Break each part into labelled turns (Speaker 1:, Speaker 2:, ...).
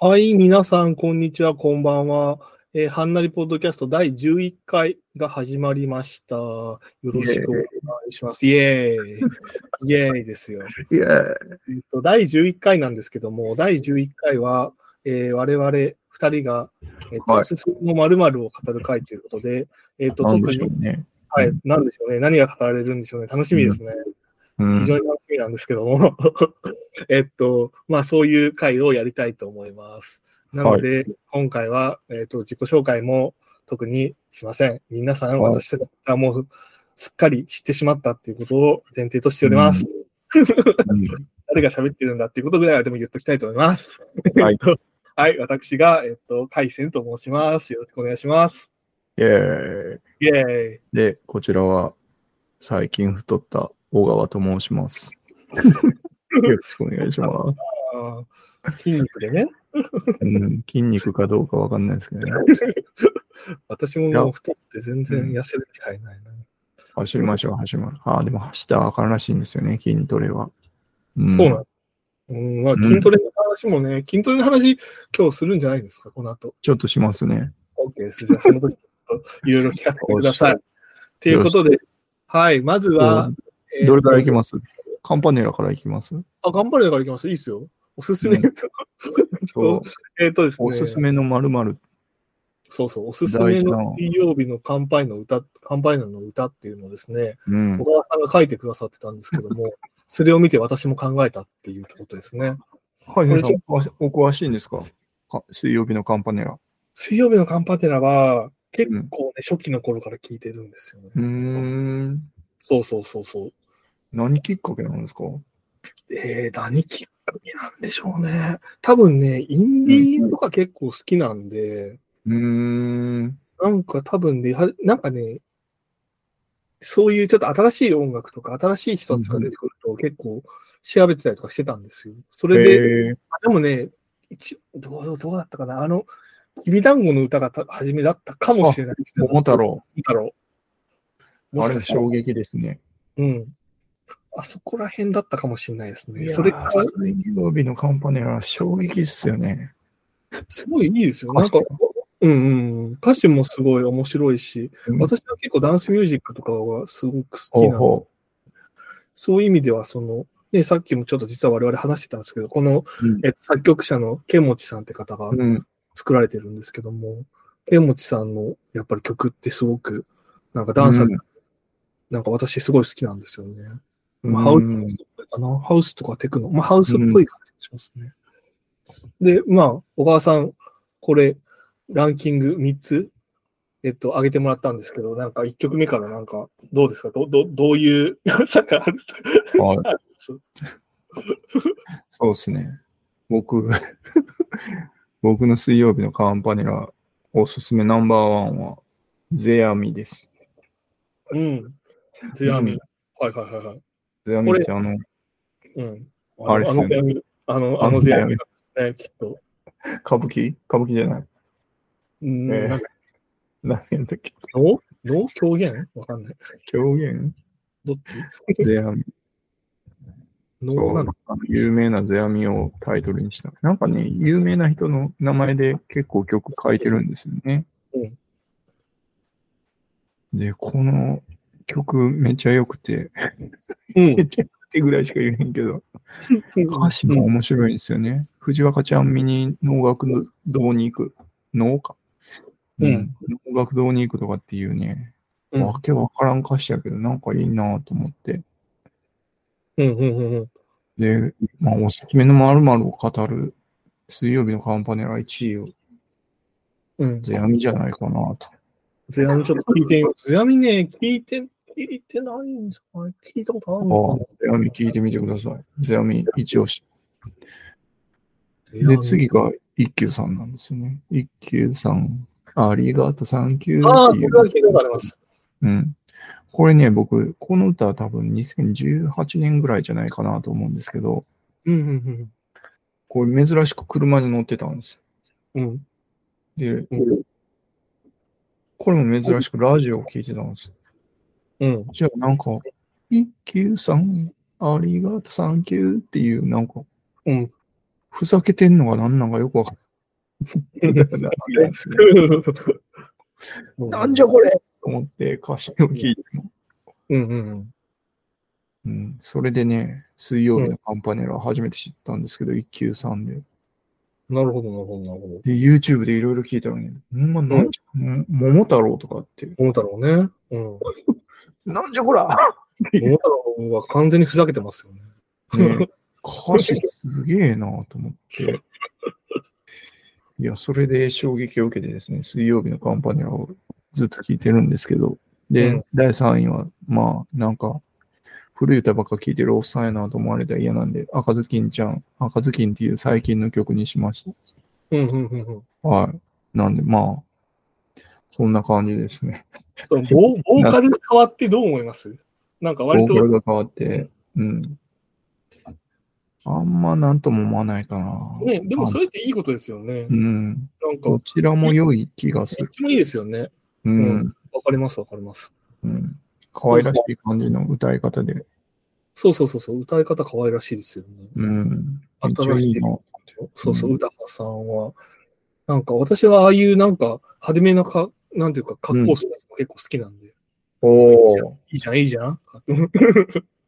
Speaker 1: はい、皆さん、こんにちは、こんばんは。えー、はんなりポッドキャスト第11回が始まりました。よろしくお願いします。イエーイ。イエーイですよ。
Speaker 2: イエーイ。
Speaker 1: えっと、第11回なんですけども、第11回は、えー、我々2人が、えっと、
Speaker 2: はい
Speaker 1: おすすめの〇〇を語る回ということで、えっと、
Speaker 2: なん
Speaker 1: 特
Speaker 2: でしょ
Speaker 1: に、
Speaker 2: うね。
Speaker 1: はい、なんでしょうね。何が語られるんでしょうね。楽しみですね。
Speaker 2: うん
Speaker 1: 非常に楽しみなんですけども、 えっと、まあそういう回をやりたいと思います。なので、今回は、えっと、自己紹介も特にしません。皆さん、
Speaker 2: はい
Speaker 1: 私たちはもうすっかり知ってしまったっていうことを前提としております。誰が喋ってるんだっていうことぐらいはでも言っときたいと思います。
Speaker 2: はい
Speaker 1: えっとはい、私が、えっと、海鮮と申します。よろしくお願いします。
Speaker 2: イエーイ。
Speaker 1: イェーイ。
Speaker 2: で、こちらは、最近太った小川と申し ます。よろしくお願いします。
Speaker 1: あー筋肉で ね、
Speaker 2: うん、筋肉かどうかわかんないですけどね。
Speaker 1: 私ももう太って全然痩せる気配ないな。
Speaker 2: 走りましょう、走りましょう。ああ、でも走ったらわからんらしいんですよね、筋トレは。うん
Speaker 1: そうなんです。うん、まあ、
Speaker 2: うん
Speaker 1: 筋トレの話もね、筋トレの話、今日するんじゃないですか、この後。
Speaker 2: ちょっとしますね。
Speaker 1: OK です。じゃあ、その時、ちょっといろいろ聞かせてください。
Speaker 2: よ
Speaker 1: ということで、はい、まずは、えー
Speaker 2: どれから行きますカンパネラから行きます
Speaker 1: あ、頑張れだから行きます。いいですよ。おすすめ。
Speaker 2: うん
Speaker 1: そう えっとですね、
Speaker 2: おすすめのまるまる。
Speaker 1: そうそう、おすすめ
Speaker 2: 大事な
Speaker 1: の水曜日の乾杯の歌、乾杯の歌っていうのをですね、
Speaker 2: うん
Speaker 1: 小。川さんが書いてくださってたんですけど も、それを見て私も考えたっていうことですね。
Speaker 2: はい、
Speaker 1: これ
Speaker 2: 皆さんお詳しお詳しいんですかか水曜日のカンパネラ。
Speaker 1: 水曜日のカンパテラは、結構ね、初期の頃から聞いてるんですよね。
Speaker 2: うーん。
Speaker 1: そうそうそうそう。
Speaker 2: 何きっかけなんですか
Speaker 1: えー、何きっかけなんでしょうね。多分ね、インディーとか結構好きなんで、
Speaker 2: うーん。
Speaker 1: なんか多分ね、はなんかね、そういうちょっと新しい音楽とか新しい人たちが出てくると結構調べてたりとかしてたんですよ。それで、
Speaker 2: えー
Speaker 1: でもね、一どうどうだったかな、あの、きびだんごの歌がた初めだったかもしれないですけど
Speaker 2: 桃太。郎。
Speaker 1: 桃太郎。も
Speaker 2: あ
Speaker 1: し
Speaker 2: れ
Speaker 1: かしたら
Speaker 2: 衝撃ですね。
Speaker 1: うん。あそこら辺だったかもしれないですね。
Speaker 2: そ
Speaker 1: そ
Speaker 2: れ
Speaker 1: れ
Speaker 2: か
Speaker 1: からら、
Speaker 2: 水曜日のカンパネラ、衝撃っすよね。
Speaker 1: すごいいいですよ。なんか
Speaker 2: 歌詞、
Speaker 1: うんうん。歌詞もすごい面白いし、
Speaker 2: うん
Speaker 1: 私は結構ダンスミュージックとかがすごく好
Speaker 2: ほ
Speaker 1: き
Speaker 2: う
Speaker 1: なの、
Speaker 2: ほ
Speaker 1: そういう意味では、その、ね、さっきもちょっと実は我々話してたんですけど、この、
Speaker 2: う。うん
Speaker 1: えっと作曲者のケンモチさんって方が
Speaker 2: うん。
Speaker 1: 作られてるんですけども、ケンモチさんのやっぱり曲ってすごく、なんかダンス、
Speaker 2: うん
Speaker 1: なんか私すごい好きなんですよね。
Speaker 2: うん
Speaker 1: ハウスかなハウスとかテクノ、まあ、ハウスっぽい感じがしますね。で、まあ、小川さん、これ、ランキング3つ、えっと、上げてもらったんですけど、なんか1曲目からなんか、どうですかどどどういう、 さっきある
Speaker 2: はい
Speaker 1: そう
Speaker 2: そうですね。僕、 僕の水曜日のカンパネラ、おすすめナンバーワンは、ゼアミです。
Speaker 1: うん。ゼアミ、
Speaker 2: うん
Speaker 1: はいはいはいはい。
Speaker 2: ゼアミってあの、
Speaker 1: うん。
Speaker 2: あれですよね
Speaker 1: あのゼアミ、あの、
Speaker 2: あ
Speaker 1: あ
Speaker 2: の
Speaker 1: の
Speaker 2: ゼ
Speaker 1: ゼ
Speaker 2: ア
Speaker 1: ア
Speaker 2: ミ
Speaker 1: ミだね、きっと。
Speaker 2: 歌舞伎歌舞伎じゃない。
Speaker 1: うん、
Speaker 2: ええ
Speaker 1: なんか、
Speaker 2: 何やったっけ
Speaker 1: 能能狂言わかんない。
Speaker 2: 狂言
Speaker 1: どっち
Speaker 2: ゼアミ。
Speaker 1: 能
Speaker 2: そ
Speaker 1: な
Speaker 2: う
Speaker 1: の
Speaker 2: 有名な世阿弥をタイトルにした。なんかね、有名な人の名前で結構曲書いてるんですよね。
Speaker 1: うん
Speaker 2: で、この曲めっちゃ良くて、
Speaker 1: うん
Speaker 2: め。っちゃ良くてぐらいしか言えへんけど、歌詞も面白いんですよね。藤若ちゃん見に能楽堂に行く。能か。
Speaker 1: うん。
Speaker 2: 能楽堂に行くとかっていうね、
Speaker 1: うん
Speaker 2: わけわからん歌詞やけど、なんかいいなぁと思って。
Speaker 1: うんうんうんうん。
Speaker 2: で、まあ、おすすめの〇〇を語る水曜日のカンパネラ1位を
Speaker 1: うん、
Speaker 2: ゼアミじゃないかなと。
Speaker 1: ゼアミちょっと聞いてみよう。ゼアミね、聞いて、聞いてないんじゃない聞いたことある
Speaker 2: ああ
Speaker 1: のか
Speaker 2: ゼアミ聞いてみてください。ゼアミ一押し。
Speaker 1: な
Speaker 2: で、。次が一休さんなんですよね。一休さん、ありがとう、サンキュ
Speaker 1: ゼ
Speaker 2: ー
Speaker 1: アミああ、
Speaker 2: っ
Speaker 1: それ
Speaker 2: て
Speaker 1: は聞い
Speaker 2: いう。
Speaker 1: たことあります。
Speaker 2: うん。これね、僕、この歌は多分2018年ぐらいじゃないかなと思うんですけど、
Speaker 1: うんうん
Speaker 2: これ珍しく車に乗ってたんです
Speaker 1: うん。うん
Speaker 2: よ。で、
Speaker 1: うん
Speaker 2: これも珍しくラジオを聞いてたんです。
Speaker 1: うん。
Speaker 2: じゃあなんか、一休さん、ありがとう、サンキューっていう、なんか、
Speaker 1: うん
Speaker 2: ふざけてんのが何なんかよくわかん なんじゃこれと思って歌詞を聞いても。
Speaker 1: うんうんうん。
Speaker 2: うん、それでね、水曜日のカンパネラ初めて知ったんですけど、一級さんで。
Speaker 1: なるほど、なるほど、なるほど。
Speaker 2: で、YouTube でいろいろ聞いたのに、ほんま、なんじゃ、も桃太郎とかって、
Speaker 1: 桃太郎ね。うん。
Speaker 2: なんじゃこら
Speaker 1: 桃太郎は完全にふざけてますよね。
Speaker 2: ね、歌詞すげえなと思って。いや、それで衝撃を受けてですね、水曜日のカンパネラをずっと聞いてるんですけど、で、
Speaker 1: うん
Speaker 2: 第3位は、まあ、なんか、古い歌ばっか聴いてるおっさんやなと思われたら嫌なんで、赤ずきんちゃん、赤ずきんっていう最近の曲にしまし
Speaker 1: うんうんうん うん。
Speaker 2: た。はい。なんで、まあ、そんな感じですね。
Speaker 1: ボーボーカル変わってどう思いますなんか
Speaker 2: ボ
Speaker 1: 割
Speaker 2: ー
Speaker 1: と
Speaker 2: カ、ルが変わって、うん。あんまなんとも思わないかな。
Speaker 1: ね、でもそれっていいことですよね
Speaker 2: う。ん。
Speaker 1: なんか、
Speaker 2: どちらも良い気がす
Speaker 1: どっ
Speaker 2: る。
Speaker 1: ちもいいですよね。
Speaker 2: う。
Speaker 1: うんわかります、わかります。
Speaker 2: うん。可愛らしい感じの歌い方で。
Speaker 1: そうそうそうそう、歌い方可愛らしいですよね。
Speaker 2: うん。めっちゃ
Speaker 1: 新し
Speaker 2: い
Speaker 1: い
Speaker 2: いの。
Speaker 1: そうそう、
Speaker 2: うん
Speaker 1: 歌羽さんは。なんか私はああいうなんか派手めなか、なんていうか格好するやつも結構好きなんで、い
Speaker 2: おお。
Speaker 1: いじゃん、いいじゃん。ね、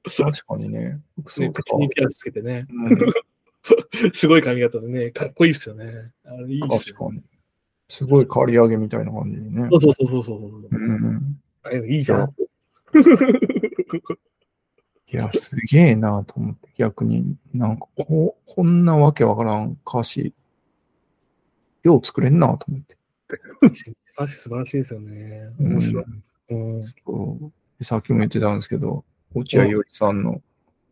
Speaker 2: 確かにね。
Speaker 1: 口にピアスつけてね、
Speaker 2: うん
Speaker 1: すごい髪型でね、かっこいいですよね。あれいいです
Speaker 2: 確
Speaker 1: よ。
Speaker 2: かに。すごい刈り上げみたいな感じでね
Speaker 1: そ。うそうそうそうそう。
Speaker 2: うん。
Speaker 1: ああいうのいいじゃん。
Speaker 2: いや、すげえなと思って、逆に。なんか、こう、こんなわけわからん歌詞、よう作れんなと思って。
Speaker 1: 歌詞素晴らしいですよね。
Speaker 2: うん
Speaker 1: 面白い。うん。
Speaker 2: そうでさっきも言ってたんですけど、落合陽一さんの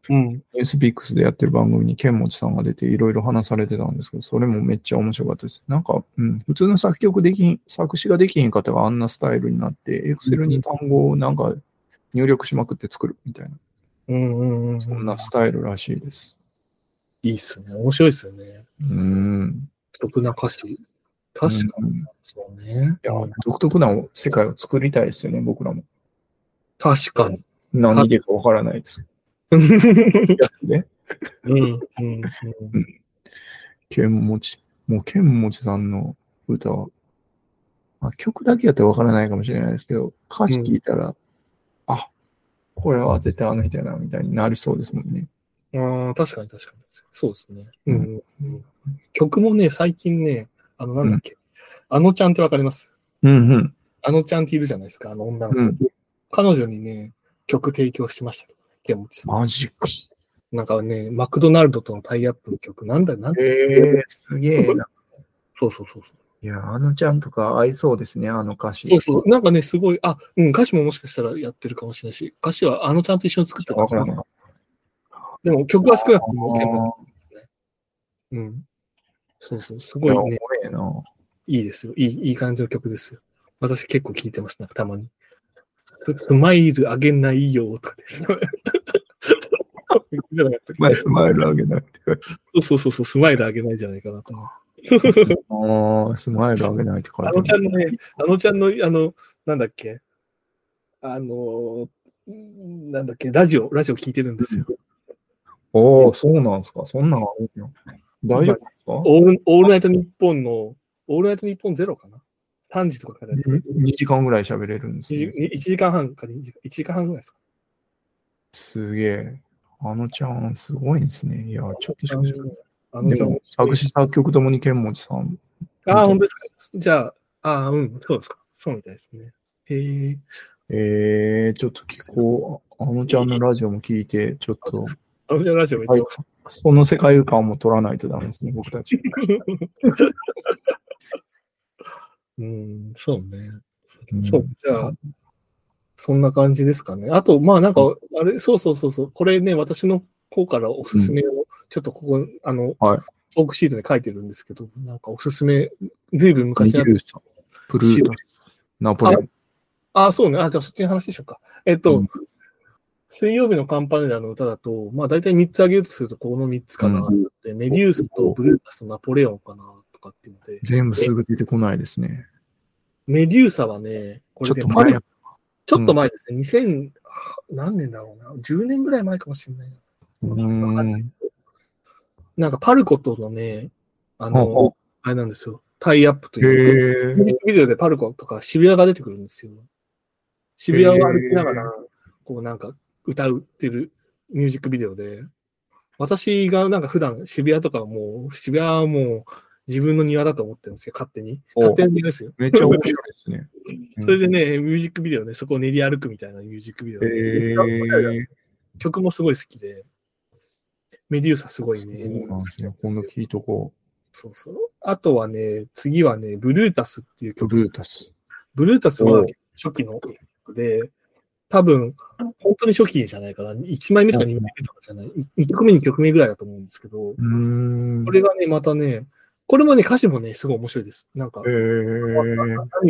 Speaker 1: うん。
Speaker 2: ニュースピックスでやってる番組に剣持さんが出ていろいろ話されてたんですけど、それもめっちゃ面白かったです。なんか、うん、普通の作曲できん、作詞ができひん方があんなスタイルになって、エクセルに単語をなんか入力しまくって作るみたいな、
Speaker 1: うんうんうん。
Speaker 2: そんなスタイルらしいです。
Speaker 1: いいっすね。面白いっすよね。
Speaker 2: うん。
Speaker 1: 独特な歌詞。確か
Speaker 2: うん
Speaker 1: に。そうね。
Speaker 2: いや、独特な世界を作りたいですよね、僕らも。
Speaker 1: 確かに。
Speaker 2: 何でかわからないです
Speaker 1: う
Speaker 2: けどね。
Speaker 1: ん。うん。
Speaker 2: 剣持、もう剣持さんの歌は、まあ、曲だけやったらわからないかもしれないですけど、歌詞聞いたら、あ、これは絶対あの人やな、みたいになりそうですもんね。
Speaker 1: うん。ああ、確かに確かに。そうですね。うん。曲もね、最近ね、あの、なんだっけ。あのちゃんってわかります
Speaker 2: うんうん。
Speaker 1: あのちゃんっているじゃないですか、あの女の子。
Speaker 2: うん、
Speaker 1: 彼女にね、曲提供してましたけど、剣持さん。
Speaker 2: マジか。
Speaker 1: なんかね、マクドナルドとのタイアップの曲、なんだなんだ
Speaker 2: ええすげえな。
Speaker 1: そうそうそうそう。
Speaker 2: いや、あのちゃんとか合いそうですね、あの歌詞。
Speaker 1: そうそう。なんかね、すごい、あ、うん、歌詞ももしかしたらやってるかもしれないし、歌詞はあのちゃんと一緒に作ってた
Speaker 2: わ
Speaker 1: の
Speaker 2: からない。
Speaker 1: でも曲は少なくとも剣持
Speaker 2: あ
Speaker 1: うん。そうそう、す
Speaker 2: ーい
Speaker 1: ご
Speaker 2: や、
Speaker 1: い
Speaker 2: おも
Speaker 1: ね、
Speaker 2: れえな。
Speaker 1: いいですよ。いい、いい感じの曲ですよ。私結構聴いてます、なんかたまに。ススマイルあげないよとかです。じゃなかったっけ
Speaker 2: 前スマイルあげないって書いて
Speaker 1: そうそうそう、スマイルあげないじゃないかなと。
Speaker 2: ああ、スマイルあげないって書い
Speaker 1: あ
Speaker 2: て
Speaker 1: のちゃんのね、あのちゃんの、あの、なんだっけ、あの、んなんだっけ、ラジオ、ラジオ聞いてるんですよ。
Speaker 2: おお、そうなんすか。そんなんあるの大丈夫ですか
Speaker 1: オールオールナイトニッポンの、オールナイトニッポンゼロかな ?3 時とかからやってる。
Speaker 2: 2時間ぐらい喋れるんです、
Speaker 1: 1,
Speaker 2: ね。
Speaker 1: 時間半か2時間、1時間半ぐらいですか。
Speaker 2: すげえ。あのちゃん、すごいんですね。いや、ちょっとしかし
Speaker 1: あの
Speaker 2: で
Speaker 1: ちゃん
Speaker 2: も、作詞作曲ともに剣持さん。
Speaker 1: ああ、本当ですか。じゃあ、ああ、うん、そうですか。そうみたいですね。へえ。
Speaker 2: えー、ちょっと聞こう。あのちゃんのラジオも聞いて、ちょっと、
Speaker 1: あのちゃんラジオめっちゃ、
Speaker 2: その世界観も取らないとダメですね、僕たち。
Speaker 1: うん、そうね。
Speaker 2: う ん
Speaker 1: そう、じゃあ、そんな感じですかね。あと、まあなんか、あれ、そうそうそうそう、これね、私の方からおすすめを、ちょっとここ、あの、
Speaker 2: はい
Speaker 1: トークシートに書いてるんですけど、なんかおすすめ、ずいぶん
Speaker 2: ミ
Speaker 1: 昔
Speaker 2: ギ
Speaker 1: やっ
Speaker 2: ルさん、プルータス、ナポレオン。
Speaker 1: あ、そうね。あ、じゃあそっちの話でしょうか。えっと、
Speaker 2: うん
Speaker 1: 水曜日のカンパネラの歌だと、まあ大体3つ挙げるとすると、この3つかなって、メデュースとブルータスとナポレオンかなとかっていうので、
Speaker 2: 全部すぐ出てこないですね。
Speaker 1: メデューサはね、こ
Speaker 2: ちょ
Speaker 1: れ
Speaker 2: っ
Speaker 1: で
Speaker 2: と前
Speaker 1: パリちょっと前ですね。2000、何年だろうな。10年ぐらい前かもしれないな。
Speaker 2: うん。
Speaker 1: なんかパルコットのね、あ
Speaker 2: ほうほ
Speaker 1: の、あれなんですよ。タイアップと
Speaker 2: へ
Speaker 1: いうか、ミュージ
Speaker 2: え
Speaker 1: ッ。クビデオでパルコとか渋谷が出てくるんですよ。渋谷を歩きながら、こうなんか歌ってるミュージックビデオで、私がなんか普段渋谷とかはもう、渋谷はもう自分の庭だと思ってるんですよ、勝手に。
Speaker 2: お
Speaker 1: 勝手に庭ですよ。
Speaker 2: めっちゃ面白いですね。うん
Speaker 1: それでね、ミュージックビデオね、そこを練り歩くみたいなミュージックビデオで、
Speaker 2: へえ。
Speaker 1: 曲もすごい好きで、メデューサすごいね。
Speaker 2: そうなんですね。
Speaker 1: 好き
Speaker 2: 今
Speaker 1: な
Speaker 2: 度
Speaker 1: んですよ
Speaker 2: 聞いとこ
Speaker 1: そうそう。あとはね、次はね、ブルータスっていう
Speaker 2: う。ブ
Speaker 1: 曲。
Speaker 2: ルータス。
Speaker 1: ブルータスは
Speaker 2: おう
Speaker 1: 初期の曲で、多分、本当に初期じゃないかな。1枚目とか2枚目とかじゃない。1曲目、2曲目ぐらいだと思うんですけど、
Speaker 2: うーん。
Speaker 1: これがね、またね、これもね、歌詞もね、すごい面白いです。なんか
Speaker 2: へ、え。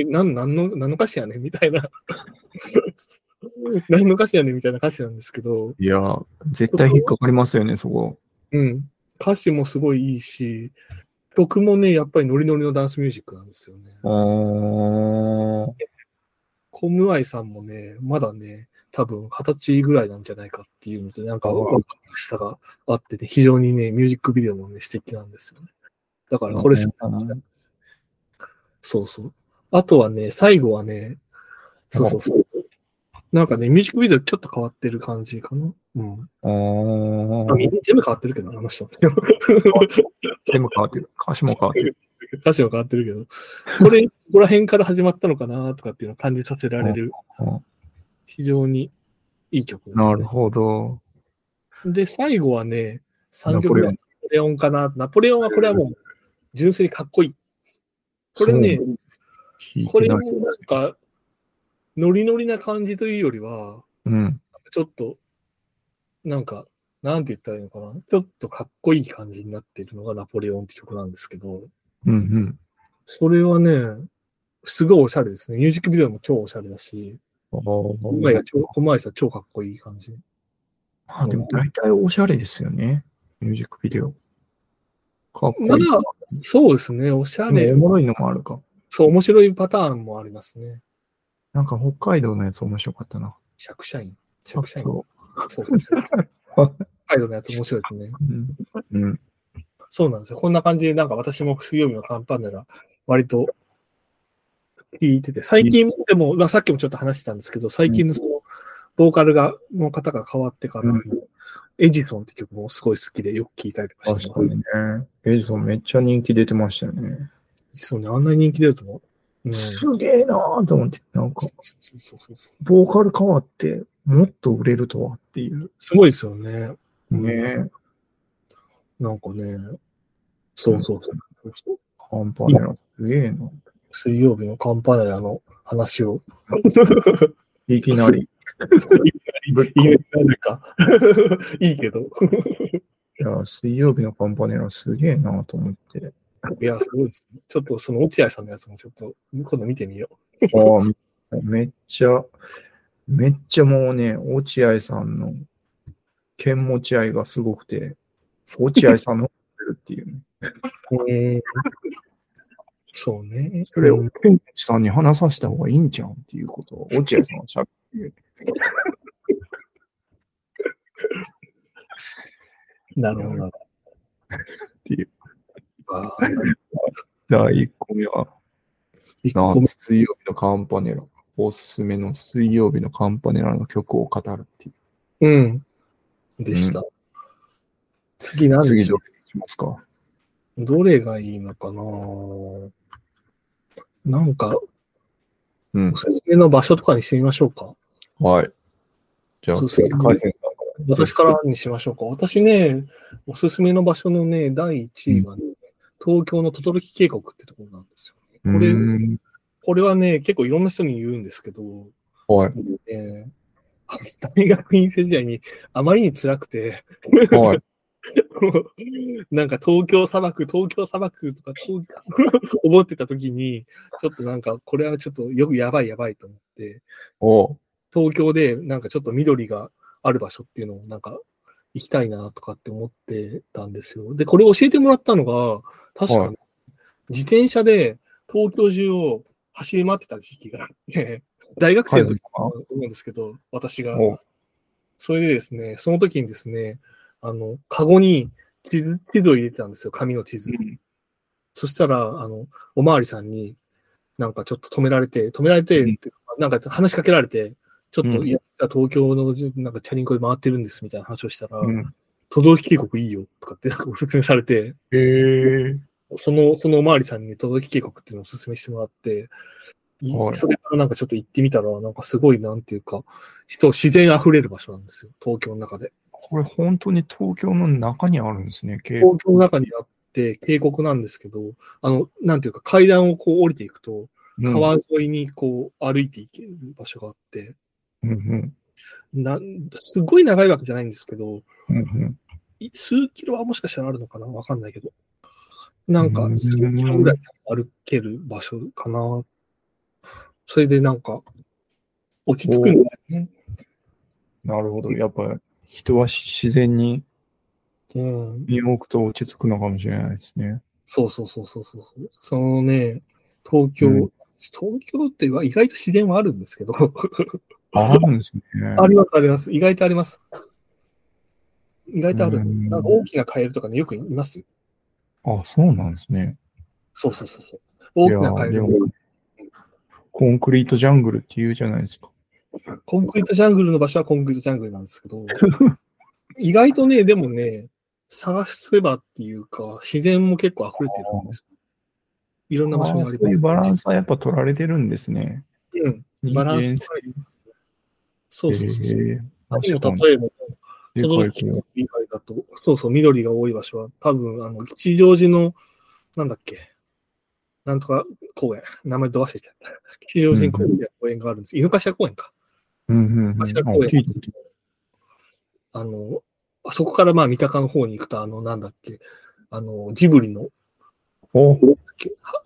Speaker 1: 何、何何の、何の歌詞やねんみたいな。 何の歌詞やねんみたいな歌詞なんですけど、
Speaker 2: いや、絶対引っかかりますよね、そこ。
Speaker 1: うん。歌詞もすごいいいし、曲もね、やっぱりノリノリのダンスミュージックなんですよね。
Speaker 2: あー。
Speaker 1: コムアイさんもね、まだね、多分二十歳ぐらいなんじゃないかっていうので、なんか
Speaker 2: うん
Speaker 1: 若々しさがあってね、非常にね、ミュージックビデオもね、素敵なんですよね。だからこれ好きなんですよ。そうそう。あとはね、最後はね、そうそうそう。なんかね、ミュージックビデオちょっと変わってる感じかな。うん。
Speaker 2: あー
Speaker 1: あ、みんな全部変わってるけどな、あの人。
Speaker 2: 全部変わってる。歌詞も変わっ てる。
Speaker 1: 歌詞は変わってるけど、これ、ここら辺から始まったのかなとかっていうのを感じさせられる
Speaker 2: うんうん、
Speaker 1: 非常にいい曲です、ね。
Speaker 2: なるほど。
Speaker 1: で、最後はね、3
Speaker 2: ナ
Speaker 1: 曲
Speaker 2: ポ
Speaker 1: 目
Speaker 2: レ
Speaker 1: はナポレオ
Speaker 2: オン。
Speaker 1: ンかな。ナポレオンはこれはもう、純粋にかっこいい。これね
Speaker 2: そ、聞い
Speaker 1: こ
Speaker 2: て
Speaker 1: れ
Speaker 2: ない
Speaker 1: もなんか、ノリノリな感じというよりは、
Speaker 2: うん。
Speaker 1: ちょっと、なんか、なんて言ったらいいのかな。ちょっとかっこいい感じになっているのがナポレオンって曲なんですけど、
Speaker 2: うんうん。
Speaker 1: それはね、すごいおしゃれですね。ミュージックビデオも超おしゃれだし、
Speaker 2: あ
Speaker 1: お前が
Speaker 2: ー
Speaker 1: 超、お前さん超かっこいい感じ。
Speaker 2: まあでも大体おしゃれですよね。ミュージックビデオ。かっこいい。
Speaker 1: まあ、そうですね、おしゃ
Speaker 2: ね、
Speaker 1: れ
Speaker 2: お。もろいのもあるか。
Speaker 1: そう、面白いパターンもありますね。
Speaker 2: なんか北海道のやつ面白かったな。
Speaker 1: 釈社員。釈社員。
Speaker 2: そ
Speaker 1: そうそうそう。北海道のやつ面白いですね。
Speaker 2: ううん。うん。
Speaker 1: そうなんですよ。こんな感じで、なんか私も水曜日のカンパネラ、割と聞いてて、最近でも、まあ、さっきもちょっと話してたんですけど、最近のその、ボーカルが、の方が変わってから、
Speaker 2: うん
Speaker 1: エジソンって曲もすごい好きでよく聴いたりとかして
Speaker 2: 確
Speaker 1: ます
Speaker 2: か、にね。エジソンめっちゃ人気出てましたよね。
Speaker 1: エジソンね、あんなに人気出ると思う。うん、
Speaker 2: す
Speaker 1: そ
Speaker 2: げえなーと思って、なんか、
Speaker 1: うそうそうそう
Speaker 2: ボーカル変わって、もっと売れるとはっていう。
Speaker 1: すごいですよね。うん
Speaker 2: ね
Speaker 1: なんかね、そうそうそうそう。
Speaker 2: カンパネラ、すげえな。
Speaker 1: 水曜日のカンパネラの話を。
Speaker 2: いきなり。 ぶっ
Speaker 1: い
Speaker 2: こ
Speaker 1: い
Speaker 2: い
Speaker 1: ねなんか。 いいけど。
Speaker 2: や、水曜日のカンパネラすげえなと思って。
Speaker 1: いや、すごいですね。ちょっとその落合さんのやつもちょっと、今度見てみよ
Speaker 2: ああ、めっちゃ、めっちゃもうね、落合さんの剣持ち合いがすごくて、落合さんのっていう、ね。
Speaker 1: う。えそうね。
Speaker 2: それ
Speaker 1: う
Speaker 2: を
Speaker 1: ん
Speaker 2: 剣持さんに話させた方がいいんちゃうんっていうことを落合さんはしゃべ
Speaker 1: なるほど。
Speaker 2: っていう。
Speaker 1: あー
Speaker 2: 第1個目は、
Speaker 1: 一
Speaker 2: な
Speaker 1: 個目
Speaker 2: 水曜日のカンパネラ。おすすめの水曜日のカンパネラの曲を語るっていう。
Speaker 1: うん。でした。次何で
Speaker 2: 次
Speaker 1: し
Speaker 2: ど
Speaker 1: ょ
Speaker 2: れいきますか
Speaker 1: うどれがいいのかななんか、
Speaker 2: うん
Speaker 1: お。すすめの場所とかにしてみましょうか。
Speaker 2: はい。じゃあ、
Speaker 1: そうそう
Speaker 2: 次、海鮮さんから
Speaker 1: 私からにしましょうか。私ね、おすすめの場所のね、第1位はね、東京のトトロキ渓谷ってところなんですよ。
Speaker 2: う
Speaker 1: これ
Speaker 2: ーん
Speaker 1: これはね、結構いろんな人に言うんですけど、
Speaker 2: はい。
Speaker 1: えー大学院生時代にあまりに辛くて、
Speaker 2: はい。
Speaker 1: なんか東京砂漠、東京砂漠とか東京 思ってた時に、ちょっとなんかこれはちょっとよくやばいやばいと思って、
Speaker 2: おう
Speaker 1: 東京でなんかちょっと緑がある場所っていうのをなんか行きたいなとかって思ってたんですよ。で、これ教えてもらったのが、確か
Speaker 2: は
Speaker 1: に自転車で東京中を走り回ってた時期があって、 大学生の時だと思うんですけど、私が。
Speaker 2: おう
Speaker 1: それでですね、その時にですね、あの、カゴに地図、地図を入れてたんですよ、紙の地図。そしたら、あの、おまわりさんに、なんかちょっと止められて、止められて、
Speaker 2: うん
Speaker 1: なんか話しかけられて、ちょっと、
Speaker 2: うん
Speaker 1: いや、東京の、なんかチャリンコで回ってるんですみたいな話をしたら、
Speaker 2: うん。
Speaker 1: 都道府渓谷いいよとかってなんかお勧めされて、
Speaker 2: へえ。
Speaker 1: その、そのおまわりさんに都道府渓谷っていうのをお勧めしてもらって、
Speaker 2: はい
Speaker 1: それからなんかちょっと行ってみたら、なんかすごいなんていうか、人、自然あふれる場所なんですよ、東京の中で。
Speaker 2: これ本当に東京の中にあるんですね、警
Speaker 1: 東京の中にあって、渓谷なんですけど、あの、なんていうか階段をこう降りていくと、川沿いにこう歩いていける場所があって、
Speaker 2: うんうん
Speaker 1: なすごい長いわけじゃないんですけど、
Speaker 2: うんうん
Speaker 1: い数キロはもしかしたらあるのかなわかんないけど。なんか
Speaker 2: う、ん
Speaker 1: 数キロぐらい歩ける場所かな。それでなんか、落ち着くんですよね。
Speaker 2: なるほど。やっぱ人は自然に
Speaker 1: うん。
Speaker 2: 身を置くと落ち着くのかもしれないですね。
Speaker 1: そうそうそうそうそう。そのね、東京、
Speaker 2: うん
Speaker 1: 東京っては意外と自然はあるんですけど、
Speaker 2: あるんですね。
Speaker 1: ありますあります。意外とあります。意外とあるんです
Speaker 2: うん
Speaker 1: よ。なんか大きなカエルとかね、よくいますよ。
Speaker 2: あ、そうなんですね。
Speaker 1: そうそうそうそう。大き
Speaker 2: いや
Speaker 1: なカエ
Speaker 2: で
Speaker 1: ル
Speaker 2: も。コンクリートジャングルって言うじゃないですか。
Speaker 1: コンクリートジャングルの場所はコンクリートジャングルなんです けど、意外とね、でもね、探せばっていうか、自然も結構溢れてるんです。いろんな場所にあ
Speaker 2: あー
Speaker 1: り
Speaker 2: そういうバラン
Speaker 1: ス。
Speaker 2: スはやっぱ取られてるんですね。
Speaker 1: うん、バランス
Speaker 2: 人間
Speaker 1: 取
Speaker 2: 性
Speaker 1: られてますね。そうそうそうそう。
Speaker 2: へー確か
Speaker 1: あ
Speaker 2: に
Speaker 1: と例えば、
Speaker 2: で
Speaker 1: 都道
Speaker 2: かい
Speaker 1: 府
Speaker 2: こ
Speaker 1: 県
Speaker 2: れ
Speaker 1: の以外だと、そうそう、緑が多い場所は、多分、あの、吉祥寺の、なんだっけ、なんとか公園、名前ど忘れちゃった。吉祥寺に公園公園があるんです。井の頭公園か。
Speaker 2: うんうんう
Speaker 1: 井
Speaker 2: ん。
Speaker 1: の頭公
Speaker 2: あ
Speaker 1: 園
Speaker 2: 聞いて
Speaker 1: あの、あそこからまあ三鷹の方に行くと、あの、なんだっけ、あの、ジブリの、
Speaker 2: お
Speaker 1: は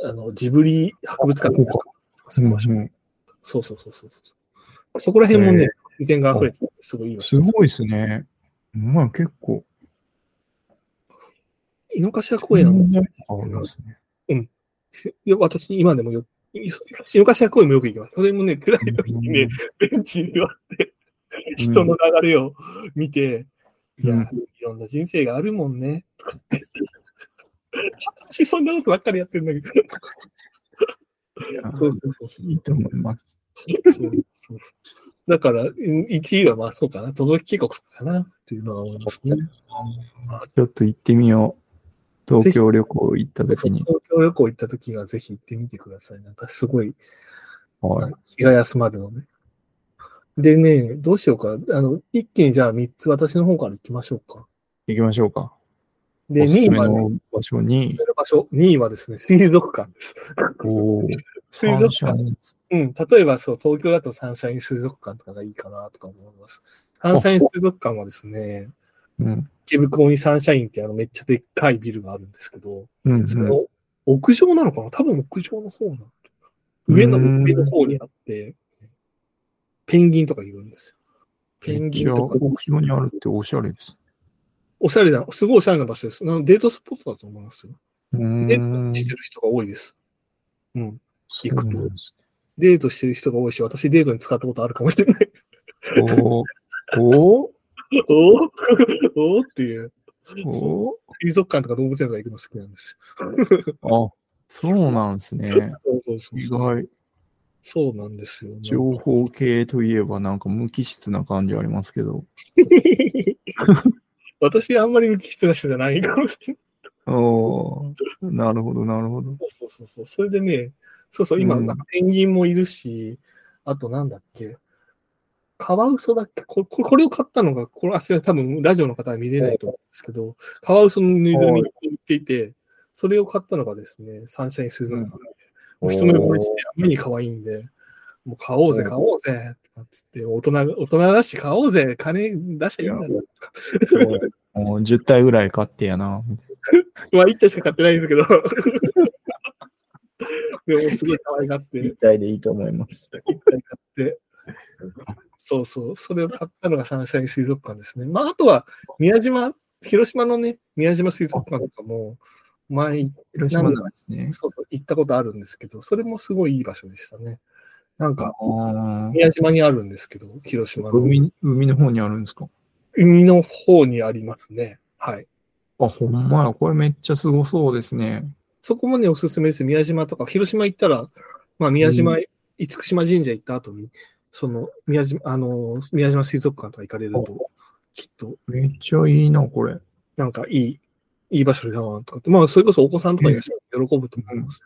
Speaker 1: あのジブリ博物館
Speaker 2: あこ
Speaker 1: す
Speaker 2: うんうん
Speaker 1: そうそうそうそうそう。そこら辺も
Speaker 2: へ
Speaker 1: ね
Speaker 2: え、
Speaker 1: 自然が溢れてて、すごいいい場
Speaker 2: す
Speaker 1: 所です。
Speaker 2: ごいですね。まあ結構。
Speaker 1: 井の頭公園はもう
Speaker 2: あるんですね。
Speaker 1: しいや私、今でもよ、い井の頭公園もよく行きます。それもね、暗い時にね、ベンチに座って、 人の流れを見て、いや、
Speaker 2: うん
Speaker 1: いろんな人生があるもんね。とかって私、そんなことばっかりやってるんだけど。そうそうそうそう。
Speaker 2: いいと思います。
Speaker 1: そうそうだから、1位はまあそうかな、届き国かなっていうのは思いますね。
Speaker 2: ちょっと行ってみよう。東京旅行行った
Speaker 1: そう
Speaker 2: 時に
Speaker 1: 東。京旅行行った時はぜひ行ってみてください。なんかすごい、
Speaker 2: はい。
Speaker 1: 気が休まるのね。でね、どうしようか。あの、一気にじゃあ3つ私の方から行きましょうか。
Speaker 2: 行きましょうか。
Speaker 1: で、
Speaker 2: お
Speaker 1: 2
Speaker 2: すす
Speaker 1: 位
Speaker 2: め
Speaker 1: は、ね、
Speaker 2: の場所に、
Speaker 1: 場所、2位はですね、水族館です。
Speaker 2: こう、
Speaker 1: 水族館うん、例えばそう、東京だとサンシャイン水族館とかがいいかなとか思います。サンシャイン水族館はですね、
Speaker 2: うん。
Speaker 1: 池袋にサンシャインってあのめっちゃでっかいビルがあるんですけど、
Speaker 2: うん、う
Speaker 1: そ
Speaker 2: ん。
Speaker 1: の屋上なのかな多分屋上の方なの。上の、
Speaker 2: うん
Speaker 1: 上の方にあって、ペンギンとかいるんですよ。ペンギンとか
Speaker 2: めっちゃ、屋上にあるっておしゃれです。
Speaker 1: おしゃれな、すごいおしゃれな場所です。あのデートスポットだと思いますよ。
Speaker 2: うー
Speaker 1: デー
Speaker 2: ん
Speaker 1: トし。てる人が多いです。うん。
Speaker 2: そうなんです
Speaker 1: デートしてる人が多いし、私デートに使ったことあるかもしれない。
Speaker 2: おーお
Speaker 1: おお おおっていう。
Speaker 2: ーお
Speaker 1: 水族館とか動物園とか行くの好きなんです
Speaker 2: ーあ、そうなんですね
Speaker 1: よ。。そうそうそう
Speaker 2: 意外、
Speaker 1: そうなんですよ、ね。
Speaker 2: 情報系といえばなんか無機質な感じありますけど。
Speaker 1: 私、あんまり無機質な人じゃないかもしれない。
Speaker 2: おーなるほど、な るほど。
Speaker 1: そうそうそう。それでね、そうそう、今、
Speaker 2: うん
Speaker 1: なんかペンギンもいるし、あとなんだっけ、カワウソだっけこここれを買ったのが、これ、あ、すいません、多分ラジオの方は見れないと思うんですけど、カワウソのぬいぐるみを売っていて、それを買ったのがですね、サンシャイン水族館で、もう一目惚れして、あまりに可愛いんで、もう買おうぜ、
Speaker 2: うん
Speaker 1: 買おうぜ、とかっつって、大人が、大人だし買おうぜ、金出しゃいいんだろ、とか。
Speaker 2: もう10体ぐらい買ってやな。
Speaker 1: まあ、1体しか買ってないんですけど。 でも、すごい可愛がって、1
Speaker 2: 体でいいと思います。
Speaker 1: 体買って。そうそう、それを買ったのがサンシャイン水族館ですね。まあ、あとは、宮島、広島のね、宮島水族館とかも、前、
Speaker 2: 広島なんですね。
Speaker 1: そうそう行ったことあるんですけど、それもすごいいい場所でしたね。なんか、
Speaker 2: あ
Speaker 1: 宮島にあるんですけど、広島
Speaker 2: あ。
Speaker 1: の海
Speaker 2: 海、海の方にあるんですか
Speaker 1: の方にありますね。はい。
Speaker 2: あ、ほんまや。これめっちゃすごそうですね。
Speaker 1: そこもね、おすすめです。宮島とか、広島行ったら、まあ、宮島、
Speaker 2: う
Speaker 1: 厳島神社行った後に、その、宮島、あの、宮島水族館とか行かれると、きっと、
Speaker 2: めっちゃいいな、これ。
Speaker 1: なんかいい、いい場所だなとかって、まあ、それこそお子さんとかいらっしゃると喜ぶと思います。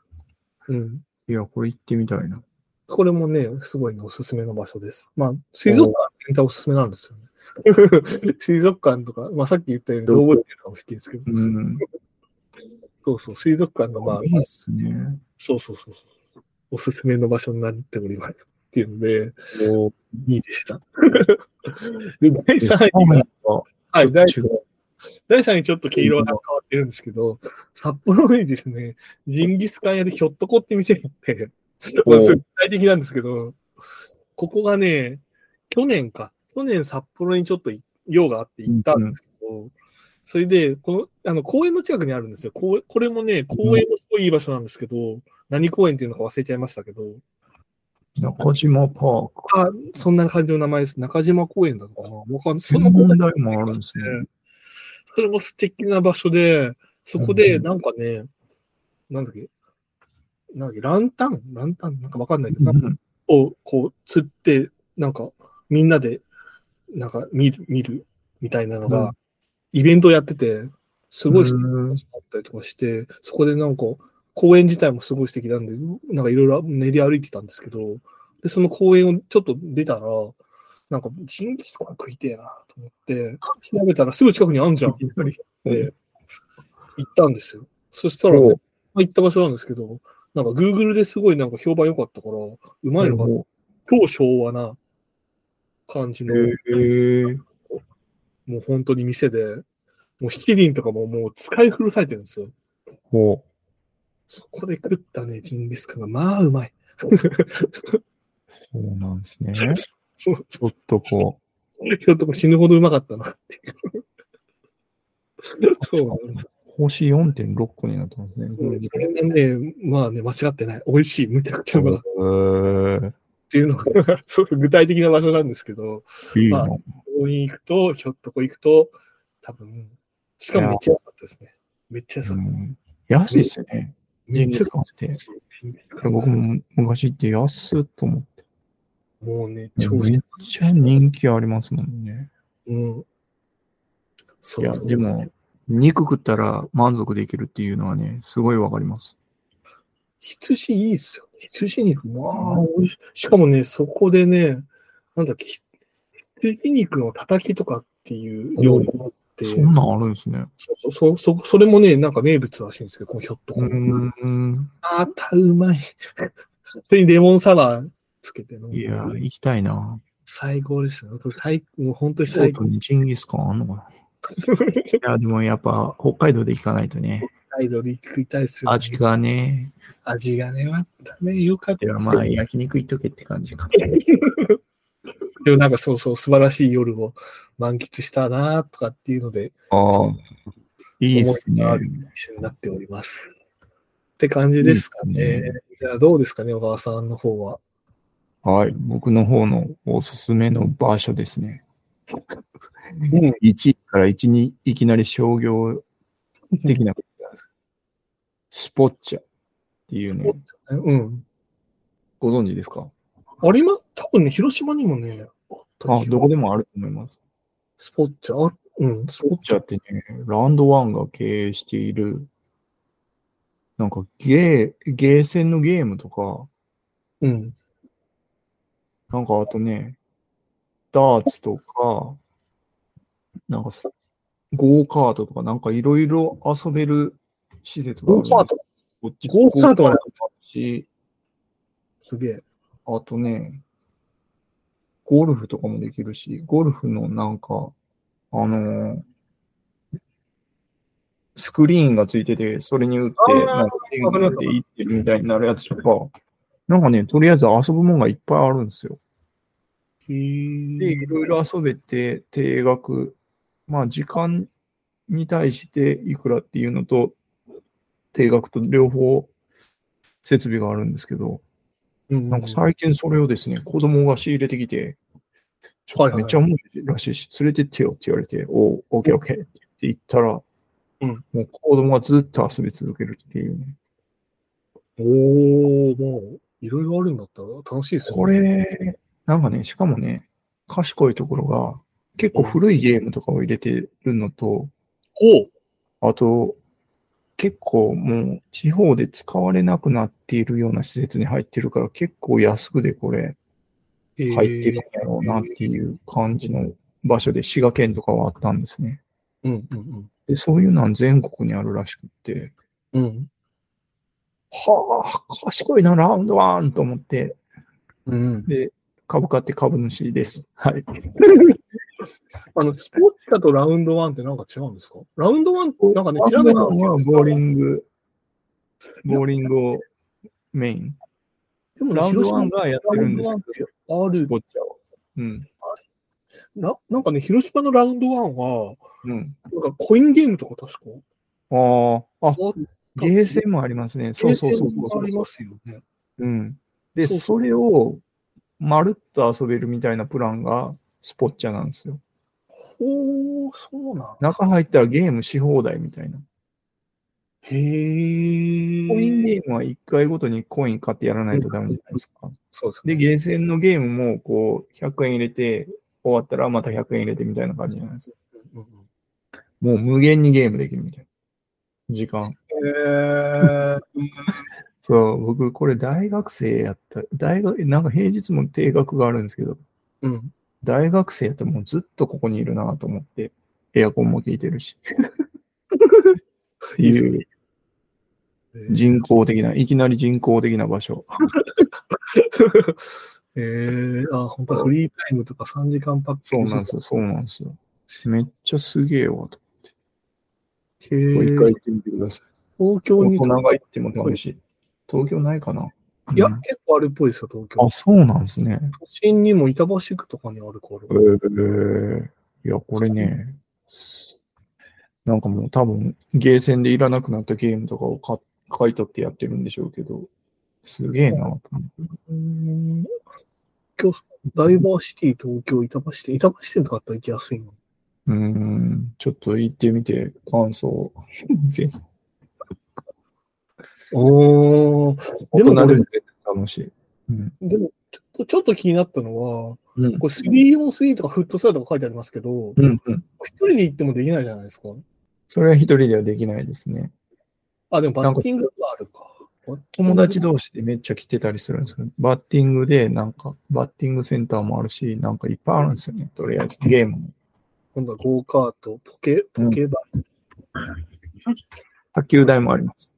Speaker 1: うん。
Speaker 2: いや、これ行ってみたいな。
Speaker 1: これもね、すごいね、おすすめの場所です。まあ、水族館全体おすすめなんですよね。 水族館とか、まあ、さっき言ったように動物園とかも好きですけど、
Speaker 2: うん。
Speaker 1: そうそう、水族館がまあ
Speaker 2: い、いっすね。
Speaker 1: そうそうそうそう。おすすめの場所になっております。っていうので、
Speaker 2: お
Speaker 1: 2位でした。 で第
Speaker 2: サ
Speaker 1: 3
Speaker 2: ー
Speaker 1: 位
Speaker 2: モン
Speaker 1: が、
Speaker 2: が
Speaker 1: はい、第
Speaker 2: 違う
Speaker 1: 第3位ちょっと毛色が変わってるんですけど、札幌にですね、ジンギスカン屋でひょっとこって店があって、まあ、すごい具体的なんですけど、ここがね、去年か、去年札幌にちょっと用があって行ったんですけど、それで、この、あの、公園の近くにあるんですよ。こうこれもね、公園もすごいいい場所なんですけど、何公園っていうのか忘れちゃいましたけど、
Speaker 2: 中島パーク。
Speaker 1: あ、そんな感じの名前です。中島公園だのかなわかんない。そ
Speaker 2: そ
Speaker 1: の
Speaker 2: の
Speaker 1: 公園
Speaker 2: 問題もあるんですね。
Speaker 1: それも素敵な場所で、そこ
Speaker 2: う
Speaker 1: で、
Speaker 2: ん
Speaker 1: なんかね、なんだっけ、なんだっけ、ランタンランタンなんかわかんないけど、なんか
Speaker 2: うん
Speaker 1: をこう釣って、なんかみんなで、なんか見る、見るみたいなの
Speaker 2: う
Speaker 1: が、イベントをやってて、すごい素敵な
Speaker 2: うん
Speaker 1: 話だったりとかして、そこでなんか、公園自体もすごい素敵なんで、なんかいろいろ練り歩いてたんですけど、で、その公園をちょっと出たら、なんかジンギスカン食いてえなと思って、調べたらすぐ近くにあんじゃんって
Speaker 2: いきなり
Speaker 1: 行ったんですよ。そしたらね、
Speaker 2: お
Speaker 1: まあ行った場所なんですけど、なんか Google ですごいなんか評判良かったから、うまいのかな
Speaker 2: お
Speaker 1: 超昭和な感じの、
Speaker 2: へえ。
Speaker 1: もう本当に店で、もう七輪とかももう使い古されてるんですよ。
Speaker 2: お
Speaker 1: そこで食ったね、ジンギスカンが、まあうまい。
Speaker 2: そうなんですね。
Speaker 1: そう、
Speaker 2: ちょっとこ
Speaker 1: ちょっと死ぬほどうまかったな っていう。そうなんです。
Speaker 2: う、星4.6個になってますね。
Speaker 1: うんそれがね、まあね、間違ってない。美味しい。むちゃくちゃうまかったっ
Speaker 2: へ
Speaker 1: ていうのが、 そう具体的な場所なんですけど、
Speaker 2: えいいな
Speaker 1: ま。ここに行くと、ひょっとこ行くと、多分、しかもめっちゃ安かったですね。めっちゃ安
Speaker 2: う
Speaker 1: かった。
Speaker 2: ん安いっすよね。
Speaker 1: めっちゃ安かっ
Speaker 2: ジン
Speaker 1: た。
Speaker 2: ギ
Speaker 1: ジンギスカン
Speaker 2: 僕も昔行って安っと思って。
Speaker 1: もうね、
Speaker 2: め
Speaker 1: 超して
Speaker 2: っちゃ人気ありますもんね。
Speaker 1: うん。そ
Speaker 2: いうや、
Speaker 1: そう
Speaker 2: でも、、肉食ったら満足できるっていうのはね、すごいわかります。
Speaker 1: 羊いいっすよ。羊肉、まあ、美味しい。しかもね、そこでね、なんだっけ、ひ羊肉のたたきとかっていう料理もあって、
Speaker 2: そんなんあるんですね。
Speaker 1: そうそうそう、そそれもね、なんか名物らしいんですけど、このひょっとこ。
Speaker 2: うん。
Speaker 1: またうまい。それにレモンサワーつけて飲んで
Speaker 2: いや、行きたいな。
Speaker 1: 最高ですよ。これ最もう本当に
Speaker 2: 京
Speaker 1: 最
Speaker 2: 都
Speaker 1: 高。
Speaker 2: にジンギスカンあんのかないや、でもやっぱ北海道で行かないとね、
Speaker 1: アイドル食いたいですよ、ね。
Speaker 2: 味がね、
Speaker 1: 味がね、またね、よかった。
Speaker 2: ではまあ焼肉行っとけって感じか。
Speaker 1: でもなんかそうそう、素晴らしい夜を満喫したなとかっていうので、
Speaker 2: ああ、いいっすね。
Speaker 1: 一緒になっております。って感じですかね。
Speaker 2: いいっす
Speaker 1: じゃあどうですかね、小川さんの方は。
Speaker 2: はい、僕の方のおすすめの場所ですね。
Speaker 1: うん。
Speaker 2: 1位から1にいきなり商業的なことじゃないですか。スポッチャっていうね、
Speaker 1: うん。
Speaker 2: ご存知ですか
Speaker 1: あれ今、多分ね、広島にもね、あった
Speaker 2: あ、
Speaker 1: 気が
Speaker 2: どこでもあると思います。
Speaker 1: スポッチャ、あうん、ス
Speaker 2: スポ
Speaker 1: ポ
Speaker 2: ッチャってね、ランドワンが経営している、なんかゲー、ゲーセンのゲームとか、
Speaker 1: うん。
Speaker 2: なんかあとね、ダーツとか、なんかすゴーカートとか、なんかいろいろ遊べる施設がある
Speaker 1: ゴ
Speaker 2: ん
Speaker 1: ー
Speaker 2: です
Speaker 1: カート、
Speaker 2: こっち
Speaker 1: ゴーカートは
Speaker 2: ゴーカートもあるし、
Speaker 1: すげえ。
Speaker 2: あとね、ゴルフとかもできるし、ゴルフのなんか、あのースクリーンがついてて、それに打って、
Speaker 1: あー
Speaker 2: なんかピン
Speaker 1: わかりました
Speaker 2: でいってるみたいになるやつとか、なんかね、とりあえず遊ぶもんがいっぱいあるんですよ。
Speaker 1: へー
Speaker 2: で、いろいろ遊べて、定額、まあ、時間に対していくらっていうのと、定額と両方設備があるんですけど、
Speaker 1: うん
Speaker 2: なんか最近それをですね、子供が仕入れてきて、ちょ
Speaker 1: は
Speaker 2: っ
Speaker 1: い
Speaker 2: と
Speaker 1: はい
Speaker 2: めっちゃ面白いらしいし、連れてってよって言われて、おう、オッケーオッケーって言ったら、
Speaker 1: うん
Speaker 2: もう子供がずっと遊び続けるっていうね。
Speaker 1: おー、もう、いろいろあるんだったら楽しいですよ
Speaker 2: これ、なんかね、しかもね、賢いところが、結構古いゲームとかを入れてるのと、
Speaker 1: ほう。
Speaker 2: あと、結構もう地方で使われなくなっているような施設に入ってるから、結構安くでこれ
Speaker 1: えー
Speaker 2: 入ってるんやろうなっていう感じの場所で、滋賀県とかはあったんですね。
Speaker 1: うんうん
Speaker 2: で、そういうのは全国にあるらしくって、
Speaker 1: うん。うん。
Speaker 2: はあ、賢いな、ラウンドワンと思って、
Speaker 1: うん。
Speaker 2: で、株買って株主です。はい。
Speaker 1: あの、スポーツだとラウンドワンってなんか違うんですかラウンドワンってなんかね、調べた
Speaker 2: ラ
Speaker 1: ら
Speaker 2: ウンドワンはボーリング、ボーリングをメイン。
Speaker 1: でもね
Speaker 2: ラウンドワン
Speaker 1: 広
Speaker 2: がやってるんです
Speaker 1: 島
Speaker 2: け
Speaker 1: にあ
Speaker 2: ど、ス
Speaker 1: る
Speaker 2: ポッチャを。うん。
Speaker 1: な、なんかね、広島のラウンドワンは、
Speaker 2: うん。
Speaker 1: なんかコインゲームとか確か。
Speaker 2: ああ、あ、
Speaker 1: あ
Speaker 2: ゲーセンもありますね。そうそうそうそう
Speaker 1: ありますよね。
Speaker 2: うん。で、
Speaker 1: そう
Speaker 2: それを、まるっと遊べるみたいなプランが、スポッチャなんですよ。
Speaker 1: ほう、そうなんだ。
Speaker 2: 中入ったらゲームし放題みたいな。
Speaker 1: へえ。
Speaker 2: コインゲームは1回ごとにコイン買ってやらないとダメじゃないですか。
Speaker 1: そうです
Speaker 2: で、
Speaker 1: ね。
Speaker 2: ゲーセンのゲームも、こう、100円入れて、終わったらまた100円入れてみたいな感じじゃないですか。
Speaker 1: うんうんうん
Speaker 2: もう無限にゲームできるみたいな。時間。
Speaker 1: へえ。
Speaker 2: そう、僕、これ大学生やった。大学、なんか平日も定額があるんですけど、
Speaker 1: うん。
Speaker 2: 大学生やったらもうずっとここにいるなと思って、エアコンも効いてるし。 いう人工的な、いきなり人工的な場所。
Speaker 1: えー、あ、本当はフリータイムとか3時間パック
Speaker 2: そうなんですよ、そうなんですよ。めっちゃすげえわと。
Speaker 1: へ
Speaker 2: もう一
Speaker 1: ー
Speaker 2: 回行ってみてください。
Speaker 1: 東京
Speaker 2: 大
Speaker 1: に、
Speaker 2: 人
Speaker 1: い
Speaker 2: が行っても楽しい。東京ないかな
Speaker 1: や、
Speaker 2: うん
Speaker 1: 結構あるっぽいですよ、東京
Speaker 2: あ、。そうなんですね。
Speaker 1: 都心にも板橋区とかにあるから。
Speaker 2: えー、いや、これね、なんかもう多分、ゲーセンでいらなくなったゲームとかをか買い取ってやってるんでしょうけど、すげえなと思って。
Speaker 1: うーん今日、ダイバーシティ東京、板橋店、板橋店とかあったら行きやすいの。
Speaker 2: うーん、ちょっと行ってみて、感想。ぜひ
Speaker 1: おー、
Speaker 2: 大
Speaker 1: でも
Speaker 2: 人
Speaker 1: こ
Speaker 2: で
Speaker 1: れ
Speaker 2: も絶対楽しい。うん。
Speaker 1: でも、ちょっと、ちょっと気になったのは、
Speaker 2: うん。
Speaker 1: これ 3on3 とかフットサルとか書いてありますけど、
Speaker 2: うん、うん。
Speaker 1: 一人で行ってもできないじゃないですか。
Speaker 2: それは一人ではできないですね。
Speaker 1: あ、でもバッティングがあるか。
Speaker 2: 友達
Speaker 1: と。
Speaker 2: 同士でめっちゃ来てたりするんですけど、バッティングで、なんか、バッティングセンターもあるし、なんかいっぱいあるんですよね。とりあえず、ゲームも。
Speaker 1: 今度はゴーカート、ポケ、ポケバ
Speaker 2: 卓球台もあります。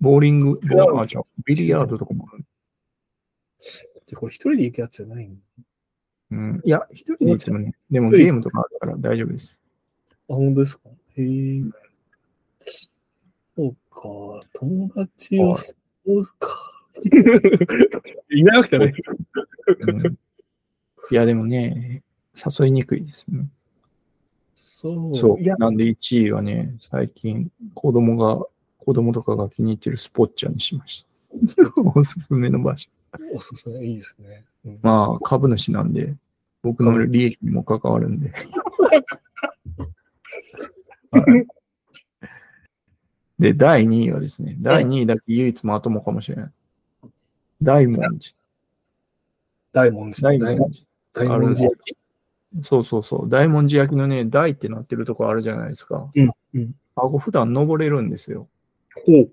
Speaker 2: ボーリング、
Speaker 1: 違う
Speaker 2: ボーあ違うビリヤードとかもある。
Speaker 1: イこれ一人で行くやつじゃないの
Speaker 2: うん、いや、一人で行ってもね、でも
Speaker 1: 一人
Speaker 2: ゲームとかあるから大丈夫です。
Speaker 1: あ、本当ですかへえ。そうか、友達を、
Speaker 2: はい
Speaker 1: そうか。 いなくてね。
Speaker 2: うん、いや、でもね、誘いにくいですね。
Speaker 1: そう。
Speaker 2: そう。
Speaker 1: いや、
Speaker 2: なんで1位はね、最近、子供が、子供とかが気に入ってるスポッチャにしま した。おすすめの場所。
Speaker 1: おすすめ、いいですね。うん
Speaker 2: まあ、株主なんで、僕の利益にも関わる んで。はいで、第2位はですね、第2位だけ唯一まともかもしれない。大文字。
Speaker 1: 大文字。
Speaker 2: 大文字。
Speaker 1: 大文字
Speaker 2: あ。そうそうそう。大文字焼きのね、大ってなってるとこあるじゃないですか。
Speaker 1: うんうん
Speaker 2: あここ普段登れるんですよ。
Speaker 1: ほう。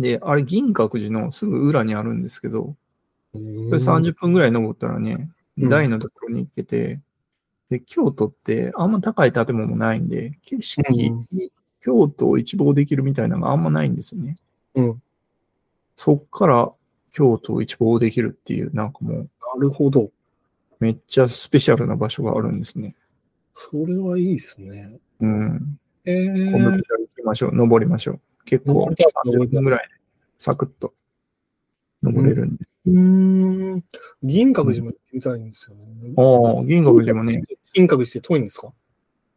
Speaker 2: で、あれ銀閣寺のすぐ裏にあるんですけど、これ30分ぐらい登ったらね、
Speaker 1: うん
Speaker 2: 台のところに行けて、で、京都ってあんま高い建物もないんで、景色、
Speaker 1: う
Speaker 2: 京都を一望できるみたいなのがあんまないんですよね。
Speaker 1: うん
Speaker 2: そっから京都を一望できるっていう、なんかもう、
Speaker 1: なるほど。
Speaker 2: めっちゃスペシャルな場所があるんですね。
Speaker 1: それはいいですね。
Speaker 2: うん。
Speaker 1: え
Speaker 2: 今度
Speaker 1: ー
Speaker 2: 行、きましょう。登りましょう。結
Speaker 1: 登
Speaker 2: 構
Speaker 1: りたい
Speaker 2: 30分ぐらい、サクッと登れるんで。
Speaker 1: うーん。銀閣寺も行ってみたいんですよね。
Speaker 2: ああ、銀閣寺もね、。
Speaker 1: 銀閣寺って遠いんですか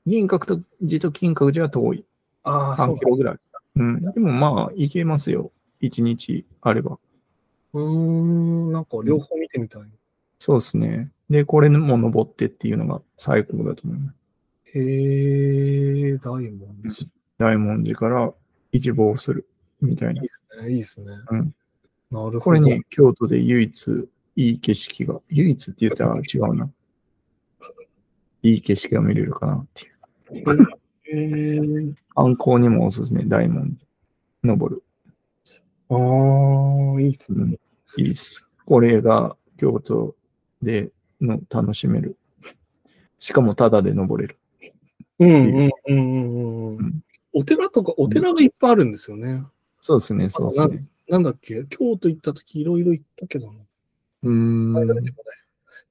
Speaker 2: 銀閣寺と金閣寺は遠い。
Speaker 1: ああ、そ
Speaker 2: 3
Speaker 1: う
Speaker 2: キロぐらい。うん。でもまあ、いけますよ。1日あれば。
Speaker 1: うーん、なんか両方見てみたい。
Speaker 2: そうですね。で、これも登ってっていうのが最高だと思います。
Speaker 1: へえ、大文字。い
Speaker 2: 大文字から一望するみた
Speaker 1: い
Speaker 2: いな
Speaker 1: で。すね、いいですね。なるほど。
Speaker 2: これね、京都で唯一いい景色が、唯一って言ったら違うな。いい景色が見れるかなっていう。
Speaker 1: えー、
Speaker 2: 観光にもおすすめ、大門。登る。
Speaker 1: ああ、いいっす
Speaker 2: う
Speaker 1: ね。
Speaker 2: ん、いいっす。これが京都での楽しめる。しかもタダで登れる。
Speaker 1: うんうんうんうんう
Speaker 2: うんん。
Speaker 1: お寺とか、お寺がいっぱいあるんですよね。
Speaker 2: そうですね、そうですね。
Speaker 1: なんだっけ京都行った時いろいろ行ったけどな。
Speaker 2: うーん。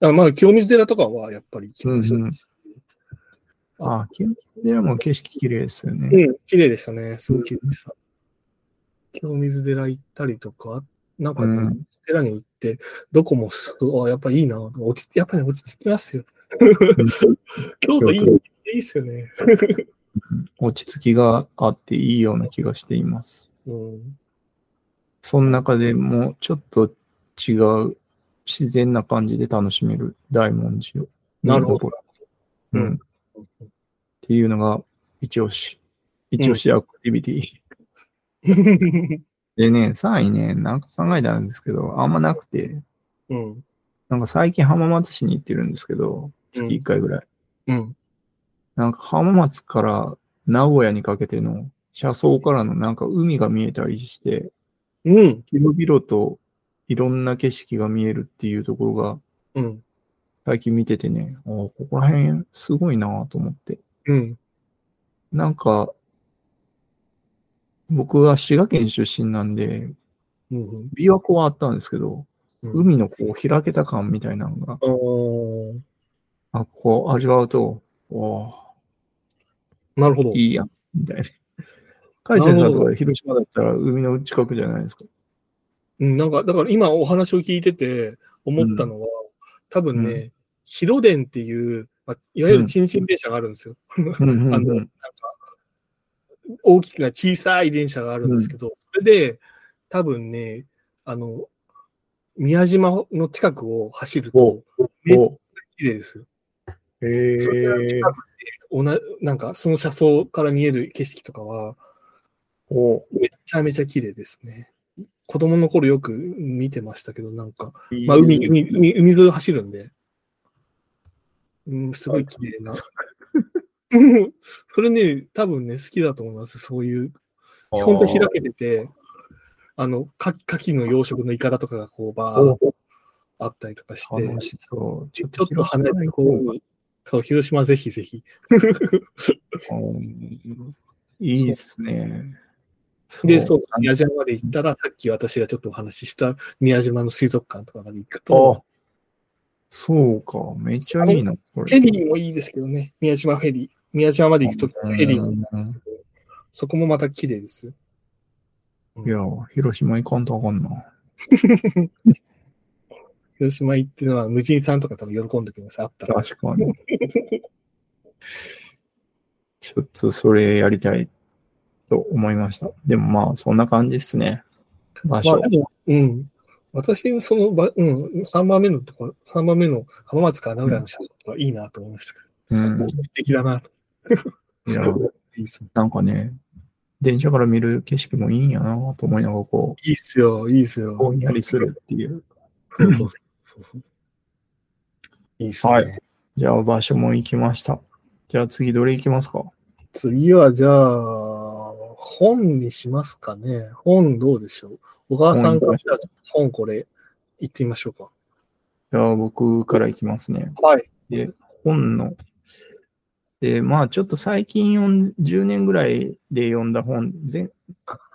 Speaker 1: あまあ、清水寺とかはやっぱり行きましたし。
Speaker 2: あ、清水寺も景色綺麗ですよ
Speaker 1: う
Speaker 2: ね。
Speaker 1: ん、綺麗でしたね。すごい綺麗でした。清水寺行ったりとか、なんか
Speaker 2: う
Speaker 1: ね、
Speaker 2: ん。
Speaker 1: 寺に行って、どこも すごい、あやっぱいいな。落ち着やっぱり落ち着きますよ。京都いい
Speaker 2: 京
Speaker 1: いいっすよね。
Speaker 2: 落ち着きがあっていいような気がしています。
Speaker 1: うん。
Speaker 2: その中でもちょっと違う自然な感じで楽しめる大文字を。
Speaker 1: なるほど。う
Speaker 2: う
Speaker 1: ん
Speaker 2: ん。っていうのが一押し。一押しアクティビティ。でね、3位ね、なんか考えたんですけど、あんまなくて、
Speaker 1: うん。
Speaker 2: なんか最近浜松市に行ってるんですけど、月1回ぐらい。
Speaker 1: うん。
Speaker 2: なんか浜松から名古屋にかけての車窓からのなんか海が見えたりして、
Speaker 1: うん。
Speaker 2: 広々といろんな景色が見えるっていうところが
Speaker 1: うん。
Speaker 2: 最近見ててね、ああここら辺すごいなぁと思って。
Speaker 1: うん。
Speaker 2: なんか、僕は滋賀県出身なんで、
Speaker 1: うん。
Speaker 2: 琵琶湖はあったんですけど、
Speaker 1: うん
Speaker 2: 海のこう開けた感みたいなのが、
Speaker 1: あー
Speaker 2: あ、こう味わうと、お
Speaker 1: なるほど。
Speaker 2: いいやん、みたいな。海鮮さんとか広島だったら海の近くじゃないですか。
Speaker 1: うん、なんか、だから今お話を聞いてて思ったのは、多分ね、
Speaker 2: う
Speaker 1: 広電っていう、まあ、いわゆるチンチン電車があるんですよ。
Speaker 2: うんうんうん
Speaker 1: あの、なんか、大きくな小さい電車があるんですけど、それで、多分ね、あの、宮島の近くを走ると
Speaker 2: お、
Speaker 1: めっちゃ
Speaker 2: お
Speaker 1: 綺麗ですよ。
Speaker 2: へ
Speaker 1: それは
Speaker 2: え
Speaker 1: 近くおななんか、その車窓から見える景色とかは、
Speaker 2: お
Speaker 1: めちゃめちゃ綺麗ですね。子供の頃よく見てましたけど、なんか、
Speaker 2: いい
Speaker 1: まあ、海、海、海、海沿いを走るんで。うん、すごい綺麗な。うん それね、多分ね、好きだと思います。そういう、本当に開けてて、あの、か牡蠣の養殖のイカだとかがこう、バーッとあったりとかして、
Speaker 2: 楽しそう。
Speaker 1: ちょっと離れたところに、そう、広島ぜひぜひ。
Speaker 2: うんいいっすね。
Speaker 1: で、そう、
Speaker 2: あ
Speaker 1: 宮島まで行ったら、さっき私がちょっとお話しした宮島の水族館とかまで行くと、
Speaker 2: そうか。めっちゃいいな、こ
Speaker 1: フェ
Speaker 2: れ。
Speaker 1: リーもいいですけどね、宮島フェリー。宮島まで行くときフェリーなんですけど、そこもまた綺麗ですよ。
Speaker 2: いや、広島行かんとあかんな。
Speaker 1: 広島行ってのは無人さんとか多分喜んでくれます、あったら。
Speaker 2: 確かに。 ちょっとそれやりたいと思いました。でもまあ、そんな感じっすね。場
Speaker 1: ま
Speaker 2: 所。
Speaker 1: あでも、うん。私、そのば、うん、3番目のところ、三番目の浜松から名古屋の車両とかいいなと思いましたけ
Speaker 2: うん
Speaker 1: ど、素敵だなと。
Speaker 2: いや、
Speaker 1: いいっすね
Speaker 2: なんかね、電車から見る景色もいいんやなと思いながら、こ
Speaker 1: いいっすよ、いいっす
Speaker 2: う、
Speaker 1: よ。
Speaker 2: ぼんやりするっていう。
Speaker 1: そうそうそうそう。いいっすね。
Speaker 2: はいじゃあ、場所も行きました。じゃあ、次、どれ行きますか
Speaker 1: 次はじゃあ、本にしますかね。本どうでしょう。小川さんからじゃあ本これ、行ってみましょうか。
Speaker 2: じゃあ、僕からいきますね。
Speaker 1: はい。
Speaker 2: で、本の。で、まあ、ちょっと最近読ん、10年ぐらいで読んだ本、前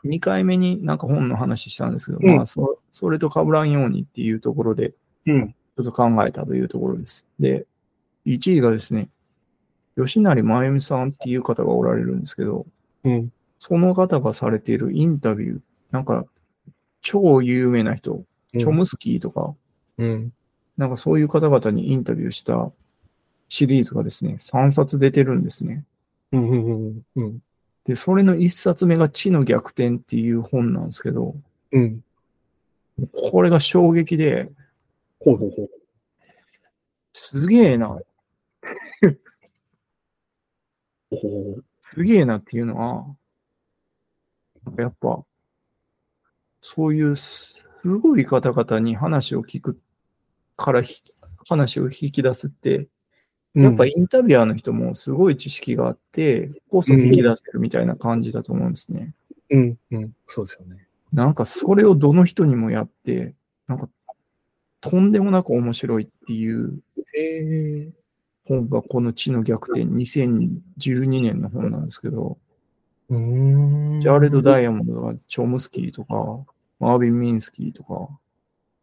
Speaker 2: 2回目になんか本の話したんですけど、
Speaker 1: うん
Speaker 2: まあそ、それと被らんようにっていうところで、
Speaker 1: うん。
Speaker 2: ちょっと考えたというところです。で、1位がですね、吉成真由美さんっていう方がおられるんですけど、
Speaker 1: うん。
Speaker 2: その方がされているインタビュー、なんか、超有名な人、チョムスキーとか、
Speaker 1: うん。
Speaker 2: なんかそういう方々にインタビューしたシリーズがですね、3冊出てるんですね。
Speaker 1: うん。うん。うん。うん。
Speaker 2: で、それの1冊目が地の逆転っていう本なんですけど、
Speaker 1: うん。
Speaker 2: これが衝撃で、
Speaker 1: ほうほうほう。
Speaker 2: すげえな、
Speaker 1: ほうほうほう
Speaker 2: すげえなっていうのは、なんかやっぱ、そういうすすごい方々に話を聞くからひ話を引き出すって、やっぱ
Speaker 1: り、
Speaker 2: インタビュアーの人もすごい知識があって、こそ引き出せるみたいな感じだと思うんですね。
Speaker 1: うん、うん、そうですよね。
Speaker 2: なんかそれをどの人にもやって、なんかとんでもなく面白いっていう
Speaker 1: え
Speaker 2: 本がこの地の逆転2012年の本なんですけど、
Speaker 1: うーん。
Speaker 2: ジャーレド・ダイヤモンドとか、チョムスキーとか、マービン・ミンスキーとか、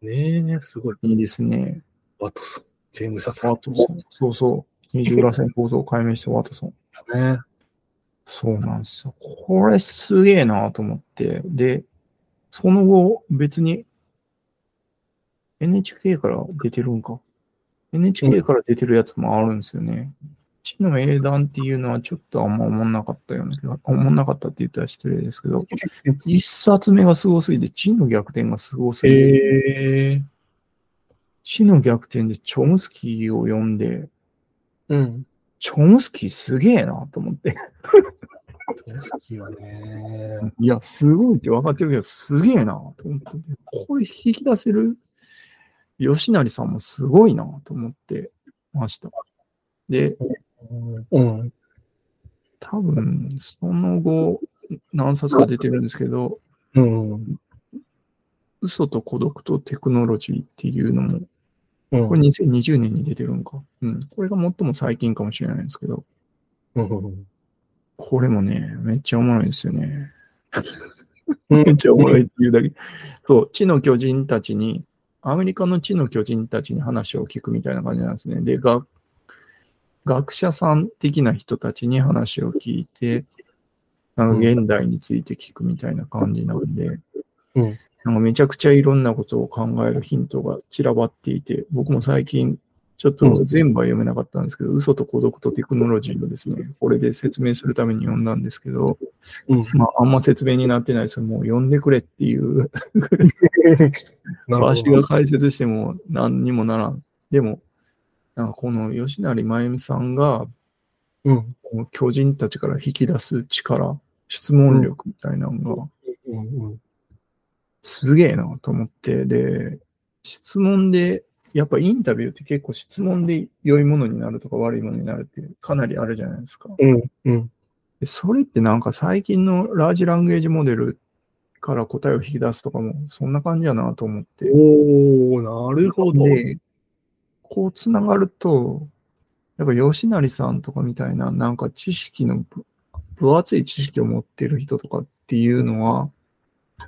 Speaker 1: ねえ、すごい。
Speaker 2: いいですね。
Speaker 1: ワトソン、ジェームズ・ワ
Speaker 2: ワトソン。そうそう。二重らせん構造を解明したワトソン。
Speaker 1: ンね。
Speaker 2: そうなんですよ。これすげえなと思って。で、その後、別に NHK から出てるんか。NHK から出てるやつもあるんですよね。地の英断っていうのはちょっとあんま思んなかったような気が、思んなかったって言ったら失礼ですけど、一冊目がすごすぎて、地の逆転がすごすぎて、
Speaker 1: ええ。
Speaker 2: 地の逆転でチョムスキーを読んで、
Speaker 1: うん。
Speaker 2: チョムスキーすげえなと思って。
Speaker 1: トムスキーはね。
Speaker 2: いや、すごいって分かってるけど、すげえなと思って。これ引き出せる吉成さんもすごいなと思ってました。で、
Speaker 1: うん。
Speaker 2: 多分、その後、何冊か出てるんですけど、
Speaker 1: うん。
Speaker 2: 嘘と孤独とテクノロジーっていうのも、
Speaker 1: うん。
Speaker 2: これ2020年に出てるんか。うん。これが最も最近かもしれないんですけど、
Speaker 1: うん。
Speaker 2: これもね、めっちゃおもろいですよね。
Speaker 1: うん
Speaker 2: めっちゃおもろいっていうだけ。そう、地の巨人たちに、アメリカの地の巨人たちに話を聞くみたいな感じなんですね。で、が学者さん的な人たちに話を聞いて、なんか現代について聞くみたいな感じなんで、
Speaker 1: うん
Speaker 2: なんかめちゃくちゃいろんなことを考えるヒントが散らばっていて、僕も最近ちょっと全部は読めなかったんですけど、嘘と孤独とテクノロジーをですね、これで説明するために読んだんですけど、
Speaker 1: うん。
Speaker 2: まあ、あんま説明になってないですけど、もう読んでくれっていう、
Speaker 1: なるほ
Speaker 2: 私
Speaker 1: ど
Speaker 2: が。解説しても何にもならん。でも、なんかこの吉成真由美さんが、
Speaker 1: うん。
Speaker 2: この巨人たちから引き出す力、質問力みたいなのが、
Speaker 1: うん。
Speaker 2: すげえなと思って、で、質問で、やっぱインタビューって結構質問で良いものになるとか悪いものになるってかなりあるじゃないですか。
Speaker 1: うん。うん。
Speaker 2: でそれってなんか最近のラージランゲージモデルから答えを引き出すとかも、そんな感じやなと思って。
Speaker 1: おー、なるほど。
Speaker 2: で、こうつながると、やっぱ吉成さんとかみたいな、なんか知識のぶ、分厚い知識を持ってる人とかっていうのは、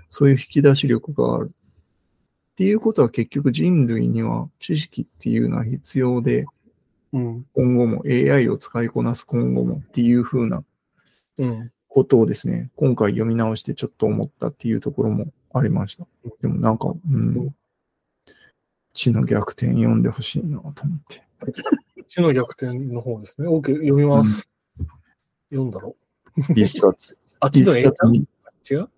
Speaker 2: そういう引き出し力がある。っていうことは結局人類には知識っていうのは必要で、
Speaker 1: うん。
Speaker 2: 今後も AI を使いこなす今後もっていう風な
Speaker 1: うん。
Speaker 2: ことをですね、今回読み直してちょっと思ったっていうところもありました。でもなんか、うん。地の逆転読んでほしいなと思って。
Speaker 1: 地の逆転の方ですね。OK、読みます。読んだろ。
Speaker 2: 一冊。
Speaker 1: あ、地の映画違う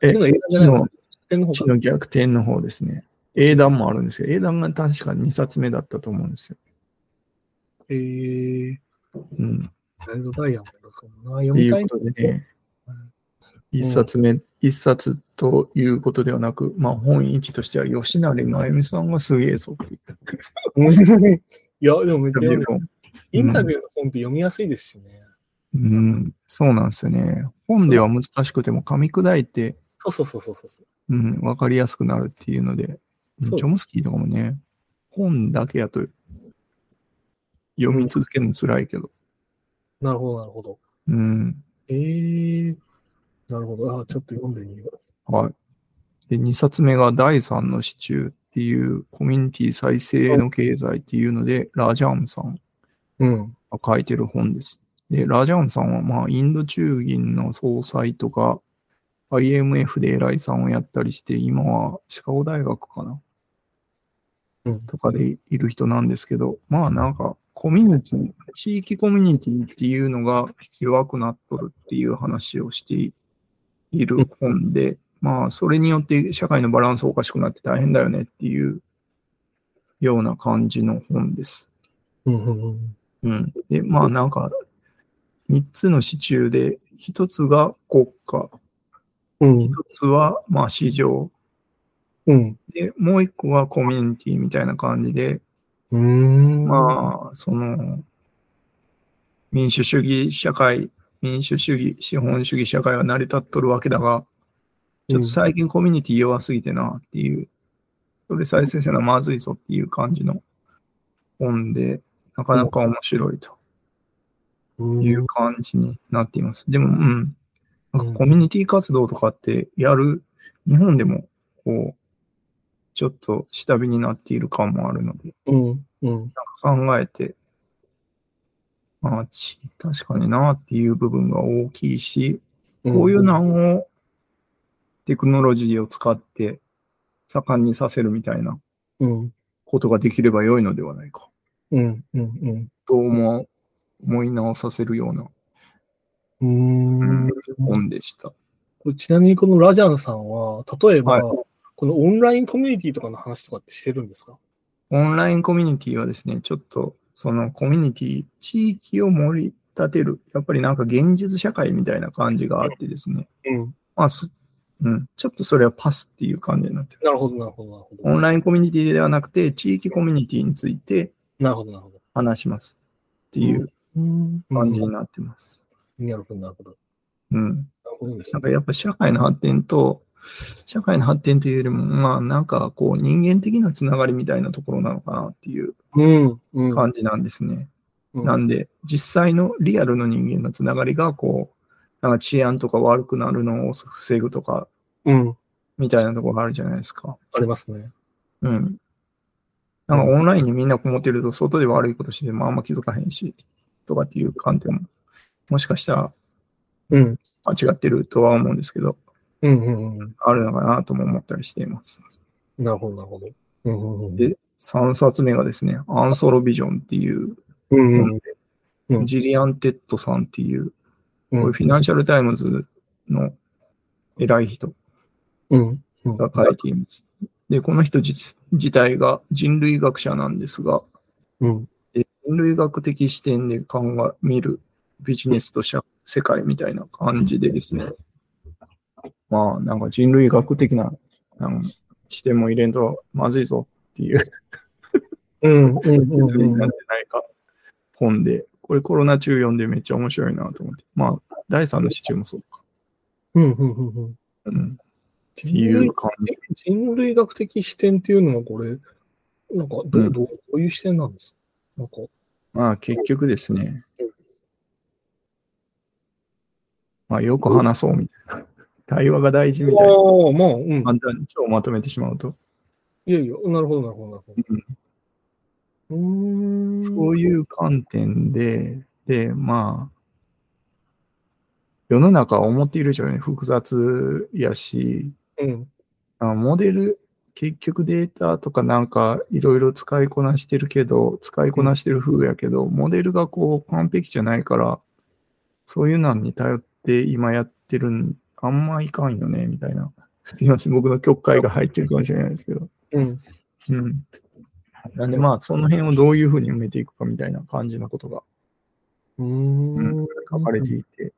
Speaker 2: え
Speaker 1: 地の映画じゃないの逆転の方
Speaker 2: 地
Speaker 1: か
Speaker 2: の逆転の方ですね。英断もあるんですけど、英断が確か2冊目だったと思うんですよ。
Speaker 1: えー、
Speaker 2: うん。
Speaker 1: ライドダイヤモンドかもな。読
Speaker 2: って
Speaker 1: み
Speaker 2: い
Speaker 1: たいうな
Speaker 2: ことで、ね、一冊目、一冊ということではなく、まあ本一としては吉成真由美さんがすげえぞっていう
Speaker 1: うんいや、でもめっちゃ
Speaker 2: 感
Speaker 1: 読む
Speaker 2: じの
Speaker 1: インタビューの本って読みやすいですしね。
Speaker 2: うん、そうなんですよね。本では難しくても噛み砕いて、
Speaker 1: そうそうそうそうそう。
Speaker 2: うん、わかりやすくなるっていうので、うん
Speaker 1: そう
Speaker 2: チョムスキーとかもね、本だけやと読み続けるの辛いけど、
Speaker 1: なるほど、なるほど。
Speaker 2: うん、
Speaker 1: えー、なるほど。あ、ちょっと読んでみよ
Speaker 2: はい。で、2冊目が第3の支柱っていうコミュニティ再生の経済っていうので、ラジャームさん
Speaker 1: う。うん。
Speaker 2: が書いてる本です。で、ラジャンさんは、まあ、インド中銀の総裁とか、IMF で偉いさんをやったりして、今はシカゴ大学かな
Speaker 1: うん
Speaker 2: とかでいる人なんですけど、まあなんか、コミュニティ、地域コミュニティっていうのが弱くなっとるっていう話をしている本で、まあ、それによって社会のバランスおかしくなって大変だよねっていうような感じの本です。
Speaker 1: うん、うん、うん。
Speaker 2: うん。で、まあなんか、三つの支柱で、一つが国家、
Speaker 1: うん
Speaker 2: 一つはまあ市場、
Speaker 1: うん。
Speaker 2: で、もう一個はコミュニティみたいな感じで、
Speaker 1: うーん。
Speaker 2: まあ、その、民主主義社会、民主主義、資本主義社会は成り立っとるわけだが、ちょっと最近コミュニティ弱すぎてなっていう、それ再生せなまずいぞっていう感じの本で、なかなか面白いと
Speaker 1: うん、
Speaker 2: いう感じになっています。でも、うん。なんかコミュニティ活動とかってやる、日本でも、こう、ちょっと下火になっている感もあるので、
Speaker 1: うん。うん。
Speaker 2: 考えて、まあ、ち確かになっていう部分が大きいし、こういうのをテクノロジーを使って盛んにさせるみたいな
Speaker 1: うん。
Speaker 2: ことができれば良いのではないか、
Speaker 1: うん。うん。
Speaker 2: と思思い直させるような
Speaker 1: うん。
Speaker 2: うん
Speaker 1: う
Speaker 2: 本でした。
Speaker 1: ーん。ちなみにこのラジャンさんは、例えば、
Speaker 2: はい
Speaker 1: このオンラインコミュニティとかの話とかってしてるんですか
Speaker 2: オンラインコミュニティはですね、ちょっとそのコミュニティ、地域を盛り立てる、やっぱりなんか現実社会みたいな感じがあってですね、
Speaker 1: うん。
Speaker 2: まあすうん、ちょっとそれはパスっていう感じになってる。
Speaker 1: なるほど、なるほど、なるほど。
Speaker 2: オンラインコミュニティではなくて、地域コミュニティについて
Speaker 1: なるほど、なるほど。
Speaker 2: 話しますっていう
Speaker 1: うん。
Speaker 2: 感じになってます。
Speaker 1: なるほど、なるほど。
Speaker 2: うん。
Speaker 1: なるほどです
Speaker 2: な
Speaker 1: ね
Speaker 2: んかやっぱ社会の発展と、社会の発展というよりも、まあなんかこう人間的なつながりみたいなところなのかなっていう
Speaker 1: うん。うん。
Speaker 2: 感じなんですね。
Speaker 1: うん
Speaker 2: なんで、実際のリアルの人間のつながりがこう、なんか治安とか悪くなるのを防ぐとか、
Speaker 1: うん。
Speaker 2: みたいなところがあるじゃないですか。
Speaker 1: ありますね。
Speaker 2: うん。なんかオンラインにみんなこもってると、外で悪いことしてもあんま気づかへんし、とかっていう観点も、もしかしたら
Speaker 1: うん。
Speaker 2: 間違ってるとは思うんですけど、
Speaker 1: うん。うん。うん。
Speaker 2: あるのかなとも思ったりしています。
Speaker 1: なるほど、なるほど。うんうんうん。
Speaker 2: で3冊目がですね、アンソロビジョンっていう、
Speaker 1: うんうん
Speaker 2: 本で
Speaker 1: うん
Speaker 2: ジリアン・テッドさんっていう、
Speaker 1: うん
Speaker 2: こういうフィナンシャル・タイムズの偉い人
Speaker 1: うん。うん。
Speaker 2: が書いています。で、この人自自体が人類学者なんですが、
Speaker 1: うん。
Speaker 2: で人類学的視点で考え、見るビジネスと社世界みたいな感じでですね、まあ、なんか人類学的ななんか視点も入れんとまずいぞっていう
Speaker 1: うん。うん。うん
Speaker 2: 別に
Speaker 1: うん
Speaker 2: なってないか、本で。これコロナ中読んでめっちゃ面白いなと思って。まあ、第三の支柱もそうか。
Speaker 1: うん。うんうん。
Speaker 2: うん。っていう感じ。
Speaker 1: 人類学的視点っていうのはこれ、なんかど
Speaker 2: う
Speaker 1: う、
Speaker 2: ん
Speaker 1: どうどういう視点なんですかなんか、
Speaker 2: まあ、結局ですね。まあ、よく話そうみたいな。対話が大事みたいな。
Speaker 1: ああ、まあ、うん。
Speaker 2: 簡単に超まとめてしまうと。
Speaker 1: いやいや、なるほど、なるほど、なるほど。うーん。
Speaker 2: そういう観点で、で、まあ、世の中は思っている以上に複雑やし、
Speaker 1: うん。
Speaker 2: あモデル、結局データとかなんかいろいろ使いこなしてるけど、使いこなしてる風やけど、モデルがこう完璧じゃないから、そういうのに頼って今やってるん、あんまいかんよね、みたいな。すいません、僕の曲解が入ってるかもしれないですけど。
Speaker 1: うん。
Speaker 2: うん。なんでまあ、その辺をどういうふうに埋めていくかみたいな感じのことが
Speaker 1: うーん。
Speaker 2: 書かれていて、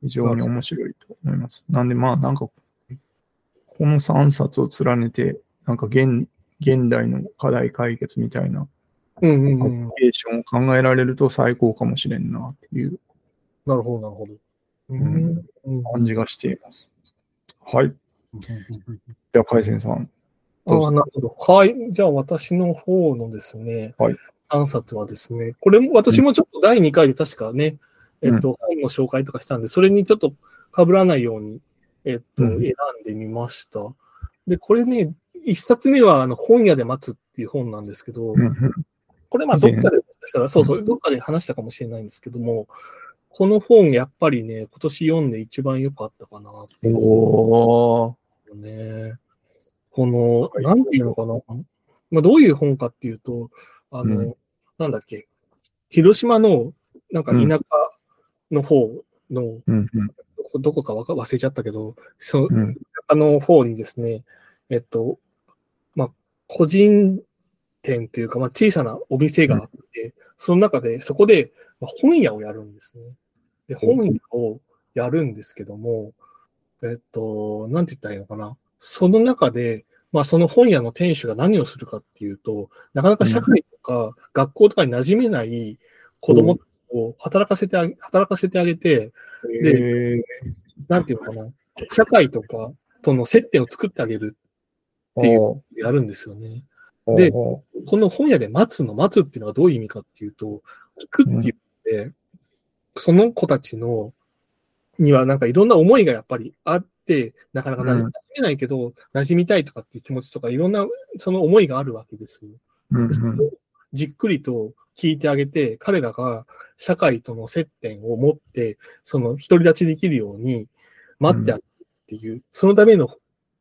Speaker 2: 非常に面白いと思います。なんで、まあ、なんか、この3冊を連ねて、なんか現、現代の課題解決みたいな、
Speaker 1: うんう
Speaker 2: ア
Speaker 1: んうん。
Speaker 2: プリケーションを考えられると最高かもしれんな、っていう
Speaker 1: なるほど、なるほど。うーん。うん
Speaker 2: 感じがしています。はい。
Speaker 1: うんうん
Speaker 2: では、海鮮さん。
Speaker 1: あ
Speaker 2: どうぞ
Speaker 1: あ、なるほど。はい。じゃあ、私の方のですね、
Speaker 2: はい
Speaker 1: 3冊はですね、これも、私もちょっと第2回で確かね、えっと、本の紹介とかしたんで、それにちょっと被らないように、えっと、
Speaker 2: うん
Speaker 1: 選んでみました。で、これね、1冊目は、あの、本屋で待つっていう本なんですけど、
Speaker 2: うんうん
Speaker 1: これ、まあ、どっかで、したら、そうそう、どっかで話したかもしれないんですけども、この本、やっぱりね、今年読んで一番良かったかなっていう。
Speaker 2: おー。
Speaker 1: よね。この
Speaker 2: は、い
Speaker 1: なんていうのかな。まあ、どういう本かっていうと、あの、
Speaker 2: うん
Speaker 1: なんだっけ、広島の、なんか田舎の方の、
Speaker 2: うん
Speaker 1: どこどこかわか忘れちゃったけど、その
Speaker 2: うんうん
Speaker 1: 田舎の方にですね、えっと、まあ、個人店というか、まあ、小さなお店があって、その中で、そこで、まあ、本屋をやるんですね。で、
Speaker 2: ほう
Speaker 1: 本屋をやるんですけども、えっと、なんて言ったらいいのかな。その中で、まあ、その本屋の店主が何をするかっていうと、なかなか社会とか学校とかに馴染めない子供を働かせてあげ、働かせてあげて、で
Speaker 2: で、
Speaker 1: なんていうのかな、社会とかとの接点を作ってあげる、
Speaker 2: って。
Speaker 1: いうやるんですよね。で
Speaker 2: で、
Speaker 1: この本屋で待つの、待つっていうのはどういう意味かっていうと、聞くって言って、その子たちの、にはなんかいろんな思いがやっぱりあって、なかなか馴染めないけど、馴染みたいとかっていう気持ちとか、いろんなその思いがあるわけですよ。
Speaker 2: うんうん
Speaker 1: でそれをじっくりと聞いてあげて、彼らが社会との接点を持って、その独り立ちできるように待ってあげるっていう、そのための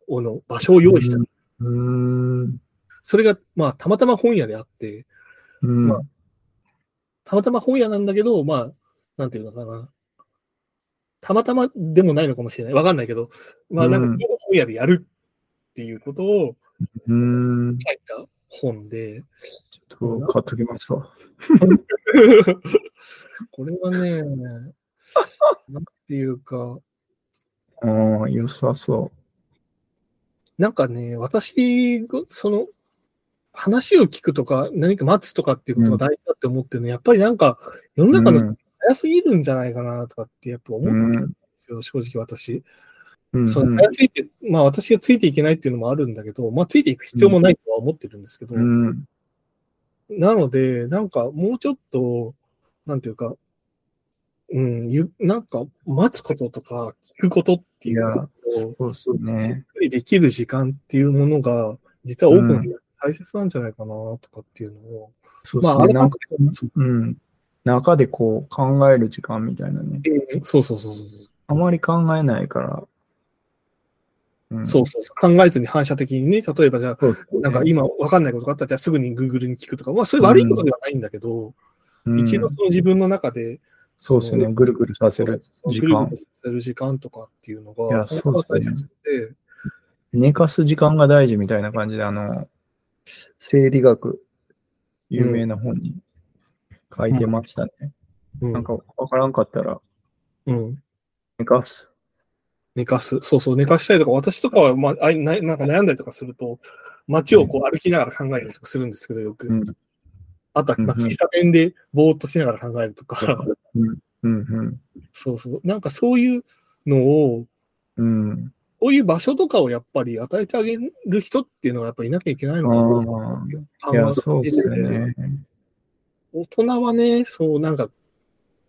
Speaker 1: おの場所を用意した。
Speaker 2: うん
Speaker 1: それが、まあ、たまたま本屋であって、
Speaker 2: うん
Speaker 1: まあたまたま本屋なんだけど、まあ、なんていうのかな。たまたまでもないのかもしれない。わかんないけど、まあ、なんか
Speaker 2: うん
Speaker 1: 本屋でやるっていうことを
Speaker 2: うん。
Speaker 1: 書いた本 で、
Speaker 2: ちょっと買っときますわ。
Speaker 1: これはね、なんていうか、
Speaker 2: ああ、良さそ
Speaker 1: なんかね、私が、その、話を聞くとか、何か待つとかっていうことが大事だって思ってるの、やっぱりなんか、世
Speaker 2: う。
Speaker 1: の中の
Speaker 2: う
Speaker 1: 人
Speaker 2: ん
Speaker 1: 早すぎるんじゃないかなとかって、やっぱ思うんで
Speaker 2: うん
Speaker 1: すよ、正直私。
Speaker 2: うん
Speaker 1: その早すぎて、まあ私がついていけないっていうのもあるんだけど、まあついていく必要もないとは思ってるんですけど、
Speaker 2: うん
Speaker 1: なので、なんかもうちょっと、なんていうか、うん、ゆなんか待つこととか聞くことって
Speaker 2: い
Speaker 1: いう
Speaker 2: や
Speaker 1: のを、
Speaker 2: そうっす
Speaker 1: ゆっ
Speaker 2: ね。
Speaker 1: くりできる時間っていうものが、実は多くの人に大切なんじゃないかなとかっていうのを、
Speaker 2: そう
Speaker 1: ま
Speaker 2: っす
Speaker 1: あ、
Speaker 2: ね。なん
Speaker 1: 改
Speaker 2: か、
Speaker 1: めてそう
Speaker 2: うん。中でこう考える時間みたいなね。
Speaker 1: うんそうそうそうそう。
Speaker 2: あまり考えないから。うん
Speaker 1: そうそうそう考えずに反射的にね、例えばじゃあ、
Speaker 2: そうっすね。
Speaker 1: なんか今わかんないことがあったら、じゃあすぐに Google に聞くとか、まあそれ悪いことではないんだけど、
Speaker 2: うん
Speaker 1: 一度その自分の中で、
Speaker 2: そうですね。ぐるぐるさせる時
Speaker 1: ぐるぐ
Speaker 2: 間
Speaker 1: る。させる時間とかっていうの
Speaker 2: い
Speaker 1: が、
Speaker 2: やそうですね
Speaker 1: 本当は大切で
Speaker 2: 寝かす時間が大事みたいな感じで、あの、生理学、有名な本に書いてましたね。
Speaker 1: うん
Speaker 2: なんか、わからんかったら、
Speaker 1: うん
Speaker 2: 寝 かす。
Speaker 1: 寝かす。そうそう、寝かしたりとか、私とかは、まあ、あいななんか悩んだりとかすると、街をこう歩きながら考えたりとかするんですけど、よく。
Speaker 2: うん
Speaker 1: あとは、まあ、
Speaker 2: うんうん
Speaker 1: 喫茶店でぼーっとしながら考えるとか、
Speaker 2: うん、
Speaker 1: そうそう、なんかそういうのを、
Speaker 2: うん。うん。
Speaker 1: こういう場所とかをやっぱり与えてあげる人っていうのはやっぱりいなきゃいけないのか
Speaker 2: あ
Speaker 1: な
Speaker 2: あ。いや、そうです。ね。
Speaker 1: 大人はね、そう、なんか、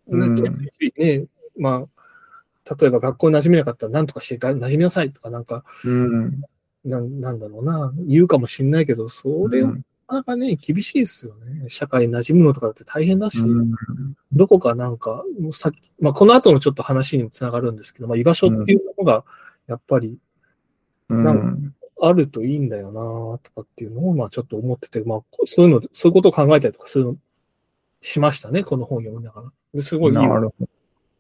Speaker 2: うん
Speaker 1: ね、ねまあ、例えば学校馴染めなかったら何とかしてが馴染みなさいとか、なんか、
Speaker 2: うん。
Speaker 1: なんなんだろうな、言うかもしれないけど、それ
Speaker 2: う
Speaker 1: は
Speaker 2: ん
Speaker 1: なかなかね、厳しいですよね。社会に馴染むのとかだって大変だし、
Speaker 2: うん
Speaker 1: どこかなんか、もうさっき、まあ、この後のちょっと話にもつながるんですけど、まあ、居場所っていうのが、やっぱり
Speaker 2: うん
Speaker 1: なんあるといいんだよなとかっていうのを、まあちょっと思ってて、まあこそういうの、そういうことを考えたりとか、そういうのしましたね、この本読みながら。ですごいいい
Speaker 2: なるほど。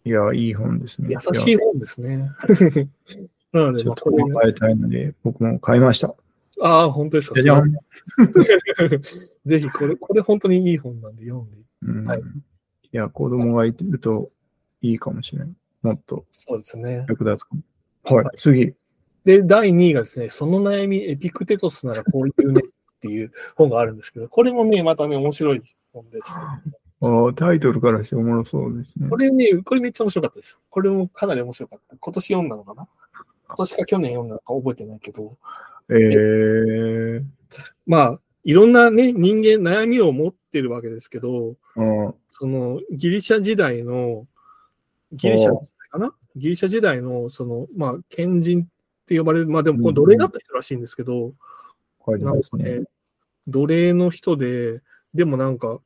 Speaker 2: いや、いい本ですね。
Speaker 1: 優しい
Speaker 2: や
Speaker 1: 本です ね。なので、
Speaker 2: ちょ
Speaker 1: ま
Speaker 2: っ
Speaker 1: あ
Speaker 2: と
Speaker 1: これ、
Speaker 2: 考えたいので、僕も買いました。
Speaker 1: ああ、本当ですか。
Speaker 2: じゃじゃん。
Speaker 1: ぜひ、これ、これ本当にいい本なんで読んで。
Speaker 2: うん
Speaker 1: はい
Speaker 2: いや、子供がいてるといいかもしれない。もっと
Speaker 1: そうですね。
Speaker 2: 役立つかも。はい、次。
Speaker 1: で、第2位がですね、その悩み、エピクテトスならこういうねっていう本があるんですけど、これもね、またね、面白い本です。
Speaker 2: あータイトルからしておもろそうですね
Speaker 1: こ。れね、これめっちゃ面白かったです。これもかなり面白かった。今年読んだのかな今年か去年読んだのか覚えてないけど。
Speaker 2: えー、
Speaker 1: まあ、いろんなね、人間悩みを持ってるわけですけど、
Speaker 2: うん
Speaker 1: そのギリシャ時代の、ギリシャかなギリシャ時代の、その、まあ、賢人って呼ばれる、まあでも、これ奴隷だった人らしいんですけど、
Speaker 2: 書いて
Speaker 1: な
Speaker 2: ま
Speaker 1: ん
Speaker 2: す
Speaker 1: か
Speaker 2: ね
Speaker 1: ね。、奴隷の人で、でもなんか、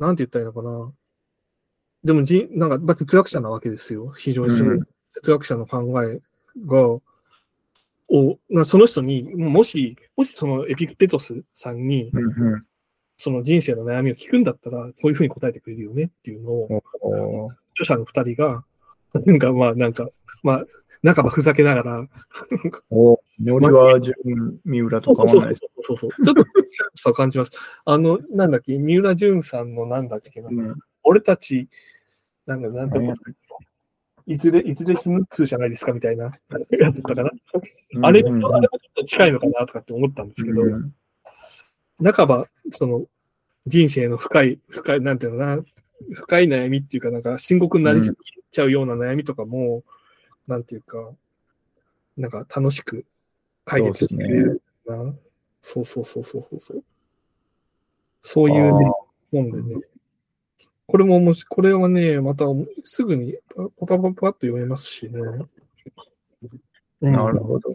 Speaker 1: なんて言ったらいいのかな。でもじ、なんか、まあ哲学者なわけですよ。非常にすごい
Speaker 2: うん
Speaker 1: 哲学者の考えが、を、まあその人に、もし、もしそのエピクテトスさんに、
Speaker 2: うんうん
Speaker 1: その人生の悩みを聞くんだったら、こういうふうに答えてくれるよねっていうのを、
Speaker 2: おー
Speaker 1: 著者の二人が、なんかまあ、なんか、まあ、半ばふざけながら、
Speaker 2: おー、ノリは自分、三浦と変わらないです。
Speaker 1: そうそうそうそう。ちょっと、そう感じます。あの、なんだっけ、三浦淳さんのなんだっけな、
Speaker 2: うん
Speaker 1: 俺たち、なんか、なんてことだっけいつで、いずれ死ぬ通じゃないですかみたいな、やったかな。あれ、あれ
Speaker 2: うん
Speaker 1: もちょっと近いのかなとかって思ったんですけど、
Speaker 2: うん
Speaker 1: 半ば、その、人生の深い、深い、なんていうのかな、深い悩みっていうか、なんか深刻になりちゃうような悩みとかも、なんていうか、なんか楽しく解決してくれるな。そうそうそうそうそうそう。そういうね、本でね。これももし、これはね、またすぐにパパパパパッと読めますしね。うん
Speaker 2: なるほど。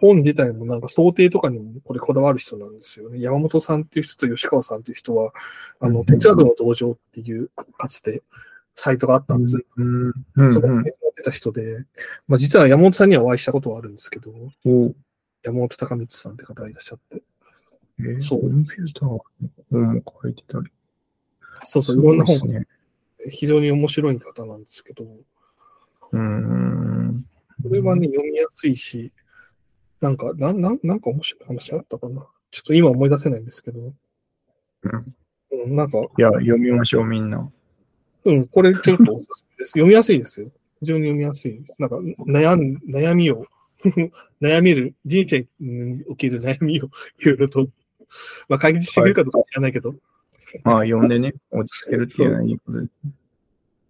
Speaker 1: 本自体もなんか想定とかにもこれこだわる人なんですよね。山本さんっていう人と吉川さんっていう人は、あ
Speaker 2: う
Speaker 1: の、
Speaker 2: ん
Speaker 1: テチャードの道場っていう、かつてサイトがあったんです。
Speaker 2: うんうん
Speaker 1: そこにやってた人で、まあ実は山本さんにはお会いしたことはあるんですけど、
Speaker 2: おう
Speaker 1: 山本隆光さんって方がいらっしゃって。
Speaker 2: えー
Speaker 1: そう
Speaker 2: コンピューターの本も書いてたり。
Speaker 1: そうそう、いろんな本
Speaker 2: す、ごいっすね。
Speaker 1: 非常に面白い方なんですけど、こ
Speaker 2: うん。
Speaker 1: れはね、読みやすいし、なんか、なん、なんなんか面白い話あったかな。ちょっと今思い出せないんですけど、
Speaker 2: うん。
Speaker 1: うん、なんか、
Speaker 2: いや、読みましょう、みんな。
Speaker 1: うん、これちょっとおすすめです。読みやすいですよ。非常に読みやすいです。なんか、悩ん悩みを、 悩める、人生における悩みをいろいろと、まあ、解決してくれるかどうか知らないけど。
Speaker 2: まあ、読ん でね、落ち着けるっていうのはいいことです。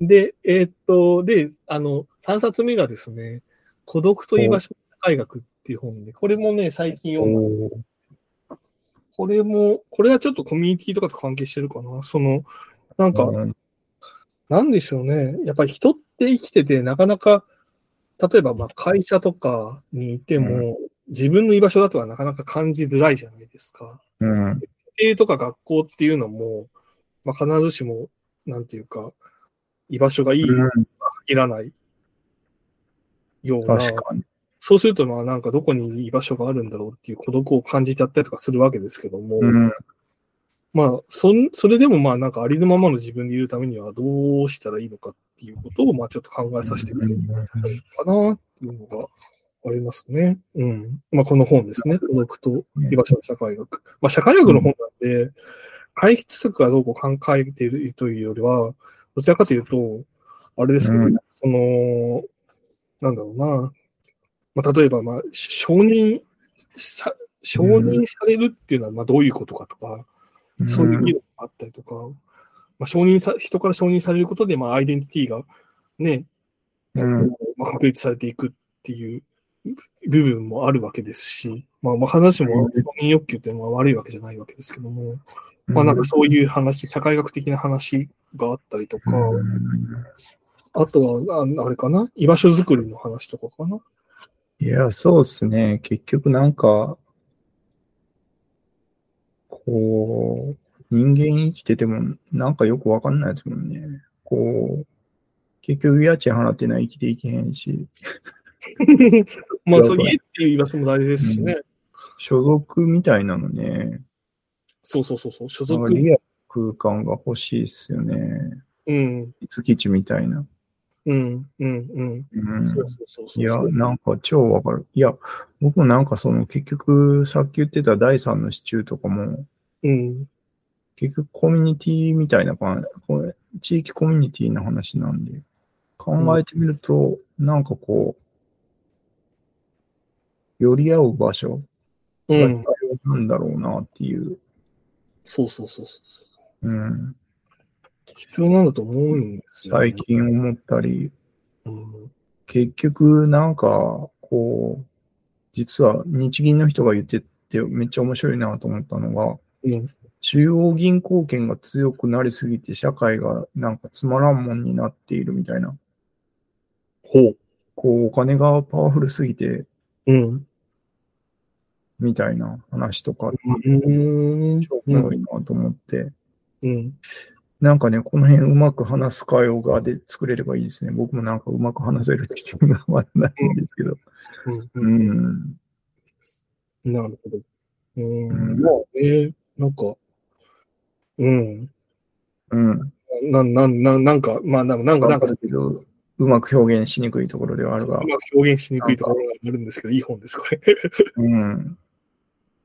Speaker 1: で、えーっと、で、あの、3冊目がですね、孤独と居場所の社会学っていう本で、これもね、最近読んだ
Speaker 2: おー
Speaker 1: これも、これはちょっとコミュニティとかと関係してるかな。その、なんか、
Speaker 2: うん
Speaker 1: なんでしょうね。やっぱり人って生きてて、なかなか、例えばまあ会社とかにいても、自分の居場所だとはなかなか感じづらいじゃないですか。
Speaker 2: うん。
Speaker 1: 家庭とか学校っていうのも、まあ、必ずしも、なんていうか、居場所がいいとは限らないような、
Speaker 2: 確かに。
Speaker 1: そうするとまあなんかどこに居場所があるんだろうっていう孤独を感じちゃったりとかするわけですけども、
Speaker 2: うん。
Speaker 1: まあ、そん、それでもまあ、なんかありのままの自分でいるためにはどうしたらいいのかっていうことを、まあ、ちょっと考えさせてくれるかなっていうのがありますね。うん。まあ、この本ですね。孤独と居場所の社会学。まあ、社会学の本なんで、解決策がどうこう考えているというよりは、どちらかというと、あれですけど、
Speaker 2: うん
Speaker 1: その、なんだろうな。まあ、例えば、まあ、承認さ、承認されるっていうのは、まあ、どういうことかとか、
Speaker 2: うん
Speaker 1: そういう議論があったりとか、まあ、承認さ人から承認されることで、まあ、アイデンティティがね、
Speaker 2: うん
Speaker 1: まあ、確立されていくっていう部分もあるわけですし、まあ、まあ話も承認欲求っていうのは悪いわけじゃないわけですけども、まあ、なんかそういう話、社会学的な話があったりとか、
Speaker 2: うん
Speaker 1: あとはあ、あれかな、居場所づくりの話とかかな。
Speaker 2: いや、そうですね。結局なんか、こう、人間生きててもなんかよくわかんないですもんね。こう、結局家賃払ってない生きていけへんし、
Speaker 1: まあ、そう
Speaker 2: 了解
Speaker 1: 家っていう居場所も大事ですしね。
Speaker 2: 所属みたいなのね、
Speaker 1: そうそうそうそう、所
Speaker 2: なんか
Speaker 1: 属。
Speaker 2: リアルな空間が欲しいっすよね。
Speaker 1: うん、
Speaker 2: 月地みたいな。
Speaker 1: うん、うん、
Speaker 2: う
Speaker 1: うん。
Speaker 2: ん
Speaker 1: そうそうそうそう。
Speaker 2: いや、なんか超わかる。いや、僕もなんかその結局、さっき言ってた第三の支柱とかも、
Speaker 1: うん。
Speaker 2: 結局コミュニティみたいな感じ、これ地域コミュニティの話なんで、考えてみると、なんかこう、寄り合う場所
Speaker 1: う
Speaker 2: が
Speaker 1: ん。
Speaker 2: なんだろうなっていう、
Speaker 1: そうそうそうそう。
Speaker 2: うん、
Speaker 1: 必要なんだと思うんですよ、
Speaker 2: 最。近思ったり、
Speaker 1: うん。
Speaker 2: 結局なんかこう、実は日銀の人が言っててめっちゃ面白いなと思ったのが、
Speaker 1: うん。
Speaker 2: 中央銀行権が強くなりすぎて社会がなんかつまらんもんになっているみたいな。
Speaker 1: ほう。
Speaker 2: こうお金がパワフルすぎて
Speaker 1: うん。
Speaker 2: みたいな話とか、
Speaker 1: うん。
Speaker 2: 超おもろいなと思って。
Speaker 1: うん。
Speaker 2: なんかね、この辺うまく話す会話で作れればいいですね。僕もなんかうまく話せる気がわらないんですけど。う
Speaker 1: うん。
Speaker 2: ん。
Speaker 1: なるほど。うん。
Speaker 2: うん
Speaker 1: まあ、えー、なんか、うん。
Speaker 2: うん。
Speaker 1: な、な、な、なんか、まあ、なんか、なんか、なん
Speaker 2: な
Speaker 1: んか
Speaker 2: か、だけど、うまく表現しにくいところではあ
Speaker 1: う
Speaker 2: る
Speaker 1: ま
Speaker 2: が
Speaker 1: く。表現しにくいところがあるんですけど、いい本です、これ。
Speaker 2: うん。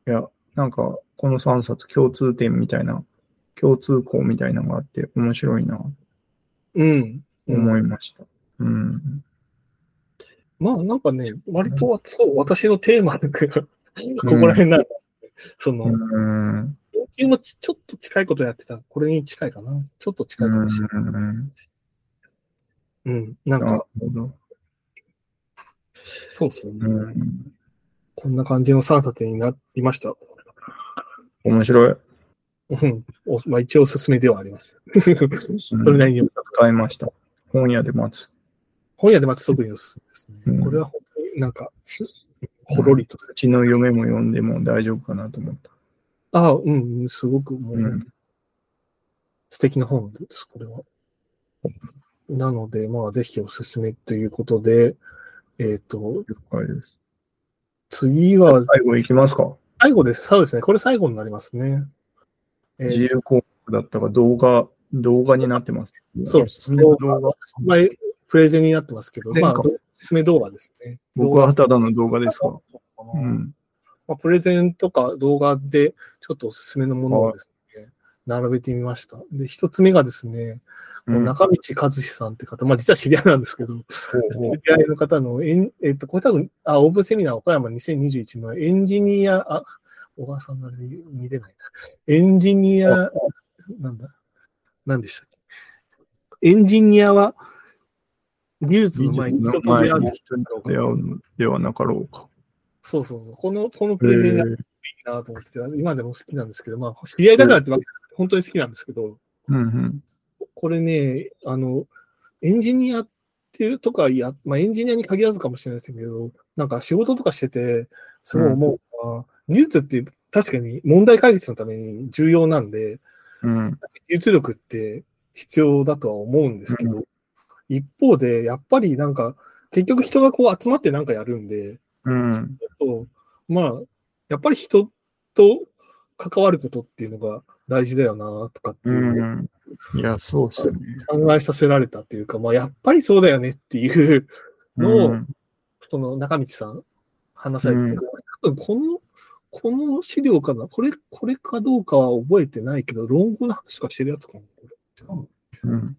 Speaker 2: いや、なんか、この3冊共通点みたいな、共通項みたいなのがあって面白いな、
Speaker 1: うん。
Speaker 2: 思いました。うん。
Speaker 1: まあなんかね、割とそう、私のテーマとか、ここら辺なんだ。その、
Speaker 2: うん。
Speaker 1: 要求もちちょっと近いことやってた。これに近いかな。ちょっと近いかもしれない。
Speaker 2: うん
Speaker 1: うん。なん
Speaker 2: なる
Speaker 1: か、
Speaker 2: ほど。
Speaker 1: そうですよね。
Speaker 2: うん。
Speaker 1: こんな感じの3冊になりました。
Speaker 2: 面白い。
Speaker 1: うん。おまあ一応おすすめではあります。そ
Speaker 2: ね
Speaker 1: れなりに
Speaker 2: 買いました。本屋で待つ。
Speaker 1: 本屋でまず特におすすめですね。
Speaker 2: うん
Speaker 1: これは本当になんか、ほろりとす
Speaker 2: う
Speaker 1: る。
Speaker 2: ちの嫁も読んでも大丈夫かなと思った。
Speaker 1: ああ、うん、うんすごくもう、
Speaker 2: うん
Speaker 1: 素敵な本です、これは。なので、まあ、ぜひおすすめということで、えっ、と、
Speaker 2: 了解です。
Speaker 1: 次は、
Speaker 2: 最後いきますか。
Speaker 1: 最後です。そうですね。これ最後になりますね。えー
Speaker 2: 自由項目だったか動画、動画になってます。
Speaker 1: そうです
Speaker 2: それの動画。
Speaker 1: まあ、プレゼンになってますけど、
Speaker 2: 前
Speaker 1: ま
Speaker 2: 回
Speaker 1: あ、おすすめ動画ですね。
Speaker 2: 僕はただの動画です
Speaker 1: 動
Speaker 2: か
Speaker 1: 画。そうか
Speaker 2: う
Speaker 1: な、
Speaker 2: ん。
Speaker 1: まあ。プレゼンとか動画で、ちょっとおすすめのものをですね、並べてみました。で、一つ目がですね、
Speaker 2: うん
Speaker 1: 中道和志さんって方、まあ実は知り合いなんですけど、
Speaker 2: ほうほ
Speaker 1: 知り合いの方のエン、えっと、これ多分、あ、オープンセミナー岡山2021のエンジニア、あ、小川さんのあれ見れないな。エンジニア、なんだなんでしたっけエンジニアは、技術の前に人と出会う。
Speaker 2: 人と出会うのではなかろうか。
Speaker 1: そうそうそう。この、この
Speaker 2: え
Speaker 1: プレゼンがいいなと思ってて、今でも好きなんですけど、まあ、知り合いだからってわけじゃなくて本当に好きなんですけど、
Speaker 2: うんうん。
Speaker 1: これね、あの、エンジニアっていうとかや、まあ、エンジニアに限らずかもしれないですけど、なんか仕事とかしてて、すごい思うのは、技術って確かに問題解決のために重要なんで、
Speaker 2: うん。
Speaker 1: 技術力って必要だとは思うんですけど、一方で、やっぱりなんか、結局人がこう集まってなんかやるんで、
Speaker 2: うん。
Speaker 1: そうまあ、やっぱり人と関わることっていうのが大事だよな、とかって
Speaker 2: う
Speaker 1: いう。
Speaker 2: ん。いや、そうっすよね。
Speaker 1: 考えさせられたっていうか、まあ、やっぱりそうだよねっていう のを、
Speaker 2: うん
Speaker 1: その中道さん、話されてて、多分この、この資料かな、これ、これかどうかは覚えてないけど、論語の話とかしてるやつかな、これ。
Speaker 2: うん。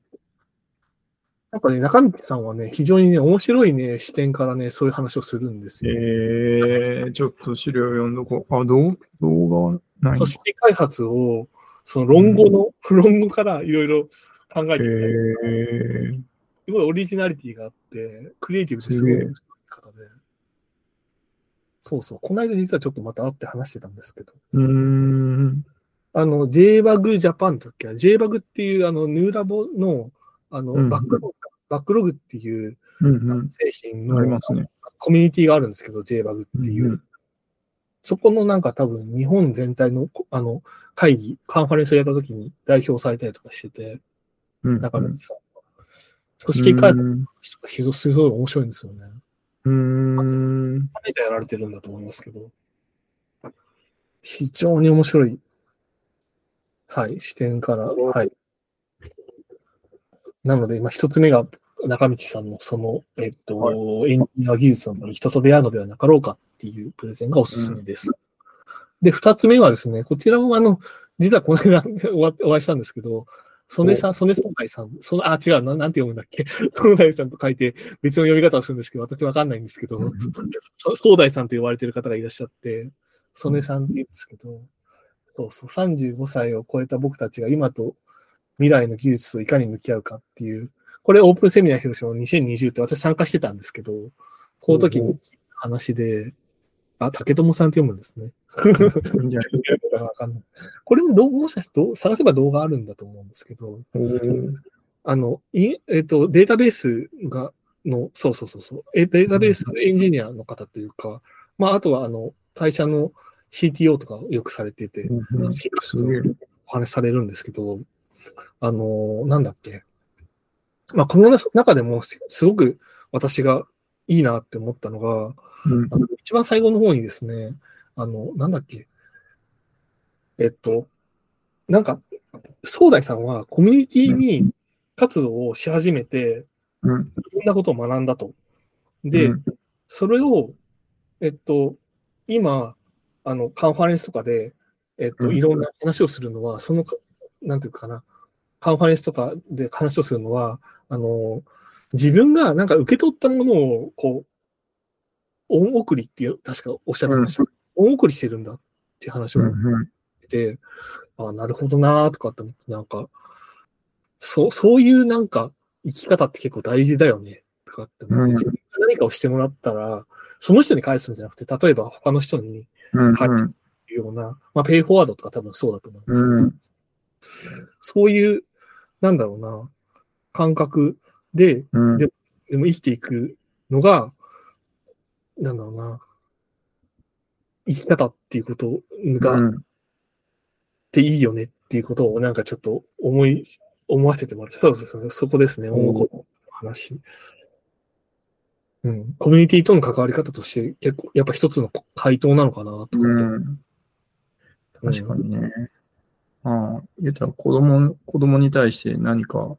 Speaker 1: なんかね、中道さんはね、非常にね、面白いね、視点からね、そういう話をするんですよ。
Speaker 2: えー、ちょっと資料読んどこう。あ、どう動画はない
Speaker 1: 組織開発を、その論語の、 論語からいろいろ考えて
Speaker 2: え
Speaker 1: みたり
Speaker 2: ー、
Speaker 1: すごいオリジナリティがあって、クリエイティブです
Speaker 2: す
Speaker 1: ご
Speaker 2: げ
Speaker 1: い
Speaker 2: え
Speaker 1: 面白い方で。そうそう。この間実はちょっとまた会って話してたんですけど、
Speaker 2: うーん。
Speaker 1: あの、JBug Japan だっけ ?JBug っていうあの、ヌーラボの、あの、
Speaker 2: うん
Speaker 1: バックログか、バックログっていう
Speaker 2: うん
Speaker 1: 製品
Speaker 2: うん。あり
Speaker 1: の
Speaker 2: ますね。
Speaker 1: コミュニティがあるんですけど、JBug っていう。
Speaker 2: ん
Speaker 1: そこのなんか多分日本全体のこあの会議、カンファレンスをやった時に代表されたりとかしてて、
Speaker 2: うん。
Speaker 1: 中道さんは。組織開
Speaker 2: う
Speaker 1: 発
Speaker 2: ん。
Speaker 1: とか非常にすごい面白いんですよね。
Speaker 2: うーん。
Speaker 1: 何でやられてるんだと思いますけど、非常に面白い、はい、視点から、はい。なので、まあ、一つ目が中道さんのその、えっと、エンジニア技術の人と出会うのではなかろうかっていうプレゼンがおすすめです。で、二つ目はですね、こちらもあの、実はこの間 お会お会いしたんですけど、曽根さん、曽根総大さん、その、あ、違う、ななんて読むんだっけ。 総大さんと書いて、別の読み方をするんですけど、私わかんないんですけど、そ総大さんと呼ばれてる方がいらっしゃって、曽根さんって言うんですけど、そうそう、35歳を超えた僕たちが今と未来の技術といかに向き合うかっていう、これオープンセミナー広島2020って私参加してたんですけど、この時の話で、あ、竹友さんって読むんですね。
Speaker 2: いや
Speaker 1: わかんないこれもどうもしかしてどう探せば動画あるんだと思うんですけど、
Speaker 2: おー
Speaker 1: あの、いえっと、データベースが、の、そうそうそうそう、えデータベースエンジニアの方というか、まあ、あとは、あの、会社の CTO とかをよくされてて、
Speaker 2: うんすげえ。
Speaker 1: お話しされるんですけど、あのー、なんだっけ。まあ、この中でも、すごく私がいいなって思ったのが、
Speaker 2: うん
Speaker 1: あの一番最後の方にですね、あの、なんだっけ、えっと、なんか、総大さんはコミュニティに活動をし始めて、
Speaker 2: うん
Speaker 1: いろんなことを学んだと。で、
Speaker 2: うん
Speaker 1: それを、えっと、今、あの、カンファレンスとかで、えっと、
Speaker 2: うん
Speaker 1: いろんな話をするのは、そのか、なんていうかな、カンファレンスとかで話をするのは、あの、自分がなんか受け取ったものを、こう、恩送りっていう、確かおっしゃってました。恩送りしてるんだっていう話をしてて、あなるほどなーとかって思って、なんか、そう、そういうなんか生き方って結構大事だよね、とかって思って、
Speaker 2: うん
Speaker 1: 自分が何かをしてもらったら、その人に返すんじゃなくて、例えば他の人に
Speaker 2: うん
Speaker 1: 返すっていうような、まあペイフォワードとか多分そうだと思うんですけど、
Speaker 2: うん
Speaker 1: そういう、なんだろうな、感覚で、
Speaker 2: うん
Speaker 1: でも生きていくのが、なんだろうな、生き方っていうことが、っ
Speaker 2: うん
Speaker 1: ていいよねっていうことをなんかちょっと思い、思わせてもらって、そうそうそう、そこですね、
Speaker 2: おー
Speaker 1: 思う話。うん、コミュニティとの関わり方として、結構、やっぱ一つの回答なのかなとかって、
Speaker 2: うん確かにね。ああ、言ったら子供、子供に対して何か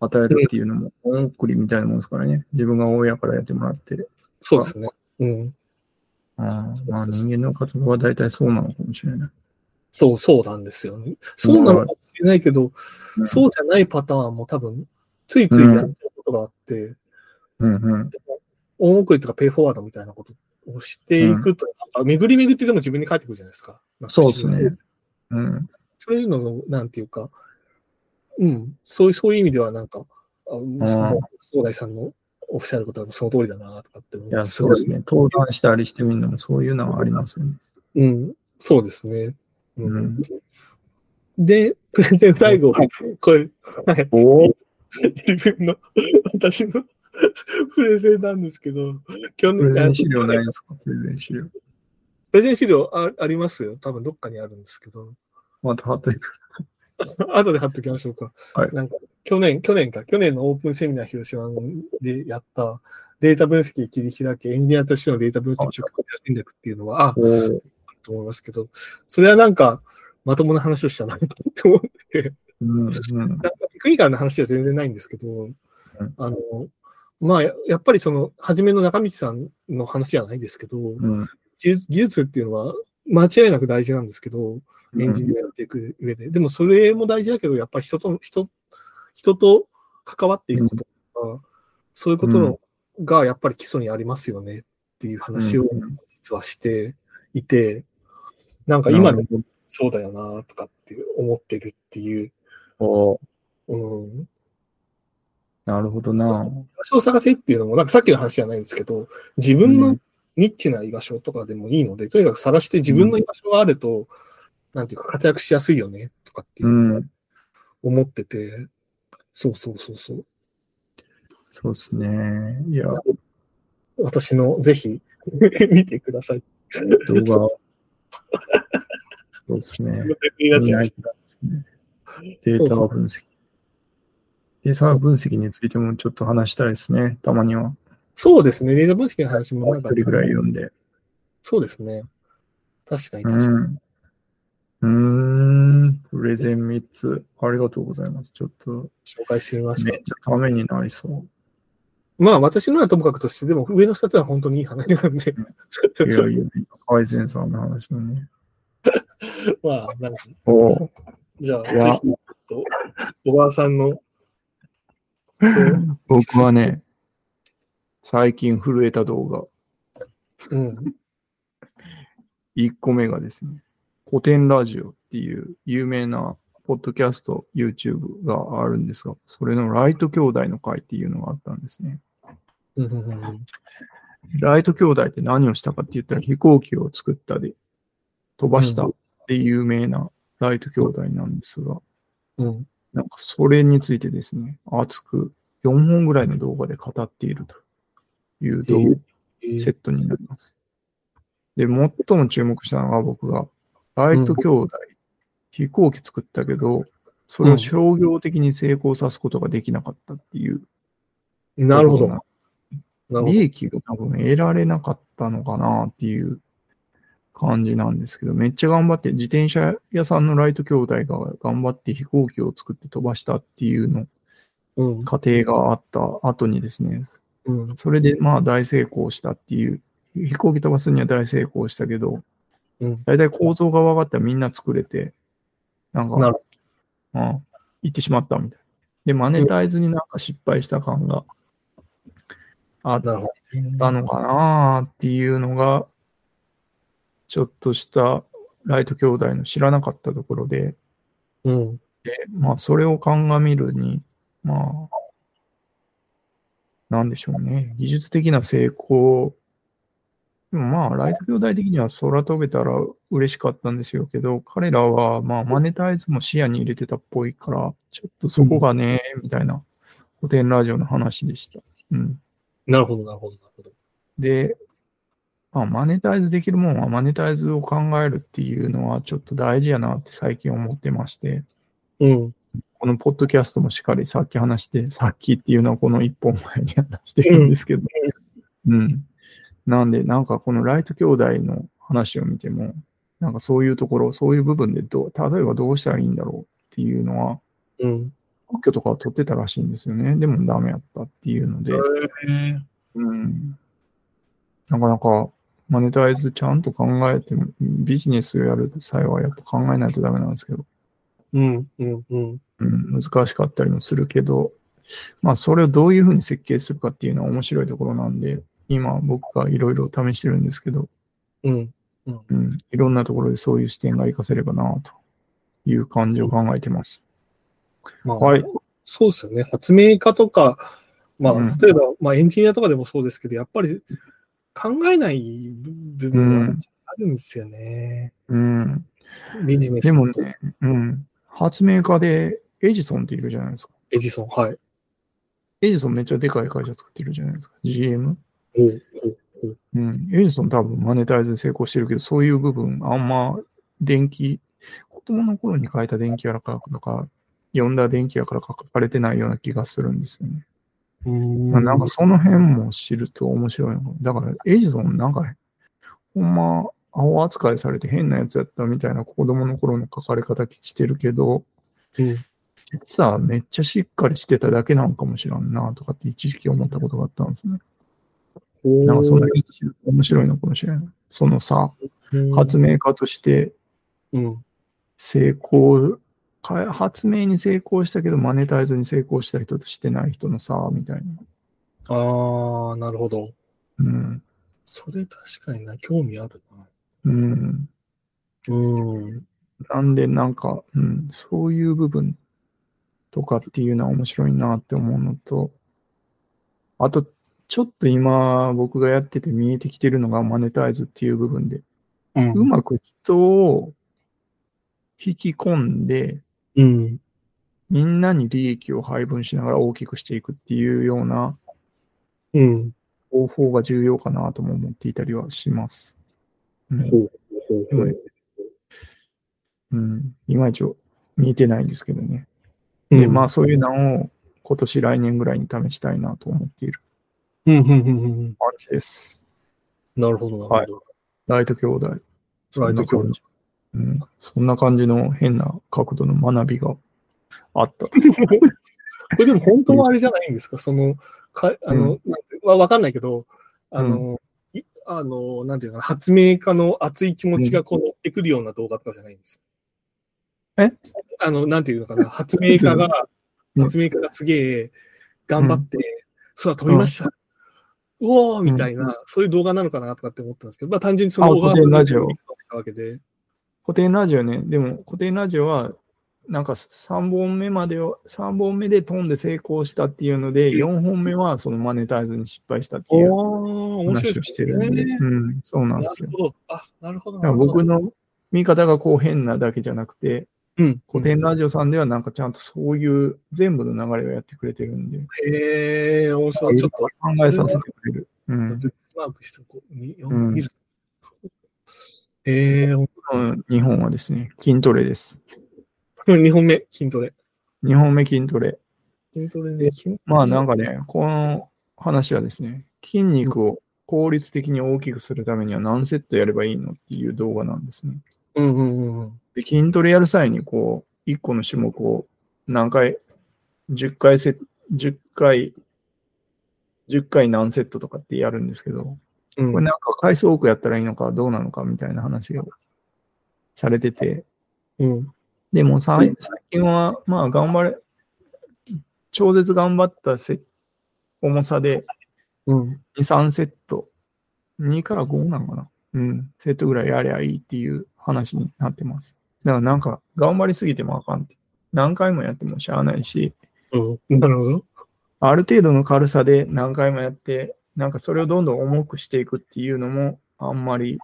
Speaker 2: 与えるっていうのも、恩送りみたいなもんですからね。自分が親からやってもらって。
Speaker 1: そうですね。うん。
Speaker 2: あ
Speaker 1: そ
Speaker 2: あ
Speaker 1: うそうそう
Speaker 2: まあ人間の活動は大体そうなのかもしれない。。
Speaker 1: そう、そうなんですよね。そうなのかもしれないけど、そううじゃないパターンも多分、ついついやっちゃうことがあって、
Speaker 2: うんうん。
Speaker 1: 大送りとかペイフォワードみたいなことをしていくと、なんか巡り巡ってでも自分に返ってくるじゃないですか。なんか
Speaker 2: そうですね。。うん。
Speaker 1: そういうのの、なんていうか、うん、そういう、そういう意味ではなんか、あその、総大さんのおっしゃることはその通りだな、とかって思
Speaker 2: いや、そうです。ね。登壇したりしてみるのもそういうのはありますよね。
Speaker 1: うん、そうですね。う
Speaker 2: うんん。
Speaker 1: で、プレゼン最後、これ、はい
Speaker 2: おお
Speaker 1: 自分の、 私のプレゼンなんですけど、去
Speaker 2: プレゼン資料
Speaker 1: 去年
Speaker 2: ないですかプレゼン資料。
Speaker 1: プレゼン資料あありますよ。多分どっかにあるんですけど。
Speaker 2: また貼って
Speaker 1: 後で貼っておきましょうか。
Speaker 2: はい
Speaker 1: なんか、去年、去年か、去年のオープンセミナー広島でやったデータ分析切り開け、エンジニアとしてのデータ分析
Speaker 2: あ
Speaker 1: 職業戦略っていうのは、あ、
Speaker 2: おー
Speaker 1: と思いますけど、それはなんか、まともな話をしたなと思って、
Speaker 2: うんうん。
Speaker 1: なんかテクニカルな話では全然ないんですけど、あの、まあ、ややっぱりその、初めの中道さんの話じゃないですけど、
Speaker 2: うん。
Speaker 1: 技術技術っていうのは間違いなく大事なんですけど、エンジニアやっていく上で。でもそれも大事だけど、やっぱり人との、人、人と関わっていくこととか、そういうことのがやっぱり基礎にありますよねっていう話を
Speaker 2: うん
Speaker 1: 実はしていて、なんか今で
Speaker 2: の
Speaker 1: もそうだよなとかって思ってるっていう、
Speaker 2: おー
Speaker 1: うん。
Speaker 2: なるほどな。
Speaker 1: 居場所を探せっていうのも、なんかさっきの話じゃないですけど、自分
Speaker 2: う
Speaker 1: の
Speaker 2: ん。
Speaker 1: ニッチな居場所とかでもいいので、とにかく探して自分の居場所があると、なんていうか活躍しやすいよねとかっていううん思ってて、そうそうそうそう。
Speaker 2: そうですね。いや、
Speaker 1: 私のぜひ 見てください。
Speaker 2: 動画。そうですね。
Speaker 1: になっちゃいました
Speaker 2: データ分析。データ分析についてもちょっと話したいですね。たまには。
Speaker 1: そうですね。レーザー分析の話も
Speaker 2: も
Speaker 1: な
Speaker 2: うん一
Speaker 1: か、
Speaker 2: 人ぐらい読んで。
Speaker 1: そうですね。確かに
Speaker 2: う
Speaker 1: 確かに。
Speaker 2: ん。うーん。プレゼン3つ。ありがとうございます。ちょっと、
Speaker 1: 紹介してみま
Speaker 2: めっ
Speaker 1: し
Speaker 2: ち
Speaker 1: た。
Speaker 2: ゃためになりそう。
Speaker 1: まあ私のはともかくとして、でも上の2つは本当にいい話なんで。
Speaker 2: いやいや、改善さんの話もね。
Speaker 1: まあ、なんか
Speaker 2: おー
Speaker 1: じゃあ、ぜ
Speaker 2: いや
Speaker 1: ひ、ちょっと、小川さんの、
Speaker 2: 僕はね、最近震えた動画。
Speaker 1: うん、
Speaker 2: 1個目がですね、古典ラジオっていう有名なポッドキャスト、YouTube があるんですが、それのライト兄弟の会っていうのがあったんですね。
Speaker 1: うんうんうん
Speaker 2: ライト兄弟って何をしたかって言ったら飛行機を作ったり、飛ばしたで有名なライト兄弟なんですが、
Speaker 1: うん、
Speaker 2: なんかそれについてですね、熱く4本ぐらいの動画で語っているという動画
Speaker 1: えー
Speaker 2: セットになります。で、最も注目したのは僕が、ライト兄弟、飛行機作ったけど、それを商業的に成功さすことができなかったっていう。
Speaker 1: なるほど。なるほど
Speaker 2: 利。益が多分得られなかったのかなっていう感じなんですけど、めっちゃ頑張って、自転車屋さんのライト兄弟が頑張って飛行機を作って飛ばしたっていうの、
Speaker 1: うん
Speaker 2: 過程があった後にですね、
Speaker 1: うん
Speaker 2: それでまあ大成功したっていう、飛行機飛ばすには大成功したけど、
Speaker 1: うん
Speaker 2: 大体構造が分かったらみんな作れて、なん
Speaker 1: なる
Speaker 2: か、うん、行ってしまったみたいで、マネタイズになんか失敗した感があっ
Speaker 1: なるほ
Speaker 2: た
Speaker 1: ど。
Speaker 2: のかなっていうのが、ちょっとしたライト兄弟の知らなかったところで、
Speaker 1: うん。
Speaker 2: でまあ、それを鑑みるに、まあ、なんでしょうね。技術的な成功。でもまあ、ライト兄弟的には空飛べたら嬉しかったんですよけど、彼らはまあ、マネタイズも視野に入れてたっぽいから、ちょっとそこがね、みたいな、古典ラジオの話でした。うん。
Speaker 1: なるほど、なるほど、なるほど。
Speaker 2: で、まあ、マネタイズできるもんはマネタイズを考えるっていうのはちょっと大事やなって最近思ってまして、
Speaker 1: うん。
Speaker 2: このポッドキャストもしっかりさっき話して、さっきっていうのはこの一本前に話してるんですけど、うん。なんで、なんかこのライト兄弟の話を見ても、なんかそういうところ、そういう部分でどう、例えばどうしたらいいんだろうっていうのは、
Speaker 1: うん。
Speaker 2: 特許とかは取ってたらしいんですよね。でもダメやったっていうので、
Speaker 1: え
Speaker 2: うんなかなかマネタイズちゃんと考えても、ビジネスをやる際はやっぱ考えないとダメなんですけど、
Speaker 1: うん、うん、うん。
Speaker 2: うん、難しかったりもするけど、まあそれをどういうふうに設計するかっていうのは面白いところなんで、今僕がいろいろ試してるんですけど、
Speaker 1: うん。
Speaker 2: うん、いろんなところでそういう視点が活かせればなという感じを考えてます。
Speaker 1: まあ、
Speaker 2: はい。
Speaker 1: そうですよね。発明家とか、まあ、
Speaker 2: うん
Speaker 1: 例えば、まあ、エンジニアとかでもそうですけど、やっぱり考えない部部分
Speaker 2: う
Speaker 1: は
Speaker 2: ん
Speaker 1: あるんですよね。
Speaker 2: うん。
Speaker 1: ビジネス
Speaker 2: でも
Speaker 1: と
Speaker 2: ね、うん。発明家でエジソンっているじゃないですか。
Speaker 1: エジソン、はい。
Speaker 2: エジソンめっちゃでかい会社作ってるじゃないですか。GM?
Speaker 1: おうおう
Speaker 2: うん。エジソン多分マネタイズに成功してるけど、そういう部分、あんま電気、子供の頃に書いた電気やらかとか、読んだ電気やからか書かれてないような気がするんですよね。
Speaker 1: うーん
Speaker 2: まあなんかその辺も知ると面白いの。だからエジソンなんか、ほんま、青扱いされて変なやつやったみたいな子供の頃の書かれ方してるけど、
Speaker 1: うん
Speaker 2: 実はめっちゃしっかりしてただけなんかもしらんなとかって一時期思ったことがあったんですね。なんかそんなに面白いのかもしれない。そのさ、発明家として
Speaker 1: うん。
Speaker 2: 成功、か発明に成功したけどマネタイズに成功した人としてない人のさ、みたいな。
Speaker 1: ああ、なるほど。
Speaker 2: うん。
Speaker 1: それ確かにな、興味あるな。
Speaker 2: うん。
Speaker 1: うん。
Speaker 2: なんでなんか、うん、そういう部分とかっていうのは面白いなって思うのと、あと、ちょっと今僕がやってて見えてきてるのがマネタイズっていう部分で、
Speaker 1: うん
Speaker 2: うまく人を引き込んで、
Speaker 1: うん。
Speaker 2: みんなに利益を配分しながら大きくしていくっていうような
Speaker 1: うん。
Speaker 2: 方法が重要かなとも思っていたりはします。うん
Speaker 1: ほうほう
Speaker 2: で
Speaker 1: ほ
Speaker 2: も
Speaker 1: う。
Speaker 2: うん、いまいち見えてないんですけどね。
Speaker 1: うん
Speaker 2: で、まあそういうのを今年来年ぐらいに試したいなと思っている
Speaker 1: うんうんうんうんうん。
Speaker 2: 感じです。
Speaker 1: なるほど、なるほど。
Speaker 2: ライト兄弟。
Speaker 1: ライト兄弟
Speaker 2: そんな感じ。うん、そんな感じの変な角度の学びがあった。
Speaker 1: これでも本当はあれじゃないんですか、その、かあの、わ、わかんないけど、あの、いあの、なんていうかな、発明家の熱い気持ちがこう乗ってくるような動画とかじゃないんです。
Speaker 2: え
Speaker 1: あの、なんていうのかな、発明家が、
Speaker 2: うん
Speaker 1: 発明家がすげえ頑張って、空飛びました。うおーみたいな、そういう動画なのかなとかって思ったんですけど、まあ単純にその
Speaker 2: あ
Speaker 1: 動画
Speaker 2: 古典ラジオ
Speaker 1: たわけで。
Speaker 2: 古典ラジオね、でも古典ラジオは、なんか3本目までを、3本目で飛んで成功したっていうので、4本目はそのマネタイズに失敗したって
Speaker 1: お
Speaker 2: いう
Speaker 1: お面白い
Speaker 2: 話
Speaker 1: です
Speaker 2: をしてるんで、うん、そうなんで
Speaker 1: な
Speaker 2: すよ
Speaker 1: る。ほど。あ、なるほど。
Speaker 2: だから僕の見方がこう変なだけじゃなくて、
Speaker 1: うん、
Speaker 2: 古典ラジオさんではなんかちゃんとそういう全部の流れをやってくれてるんで、
Speaker 1: へえ、面白い。ちょっと
Speaker 2: 考えさせてくれる。うん。
Speaker 1: ブックマークしておこう。み
Speaker 2: うん
Speaker 1: 見る。えー、
Speaker 2: うん、2本はですね、筋トレです。
Speaker 1: 2本目、筋トレ。
Speaker 2: 2本目筋トレ。
Speaker 1: 筋トレで、筋
Speaker 2: まあなんかね、この話はですね、筋肉を効率的に大きくするためには何セットやればいいのっていう動画なんですね。
Speaker 1: うんうんうんうん。
Speaker 2: で筋トレやる際にこう、1個の種目を何回、10回セット、10回、10回何セットとかってやるんですけど、
Speaker 1: うん
Speaker 2: これなんか回数多くやったらいいのかどうなのかみたいな話をされてて、
Speaker 1: うん
Speaker 2: でもさい最近はまあ頑張れ、超絶頑張ったせ重さで
Speaker 1: うん。
Speaker 2: 2、3セット、2から5なのかなうん、セットぐらいやりゃいいっていう話になってます。だからなんか、頑張りすぎてもあかんって。何回もやってもしゃあないし、
Speaker 1: うん。なるほど。
Speaker 2: ある程度の軽さで何回もやって、なんかそれをどんどん重くしていくっていうのも、あんまり、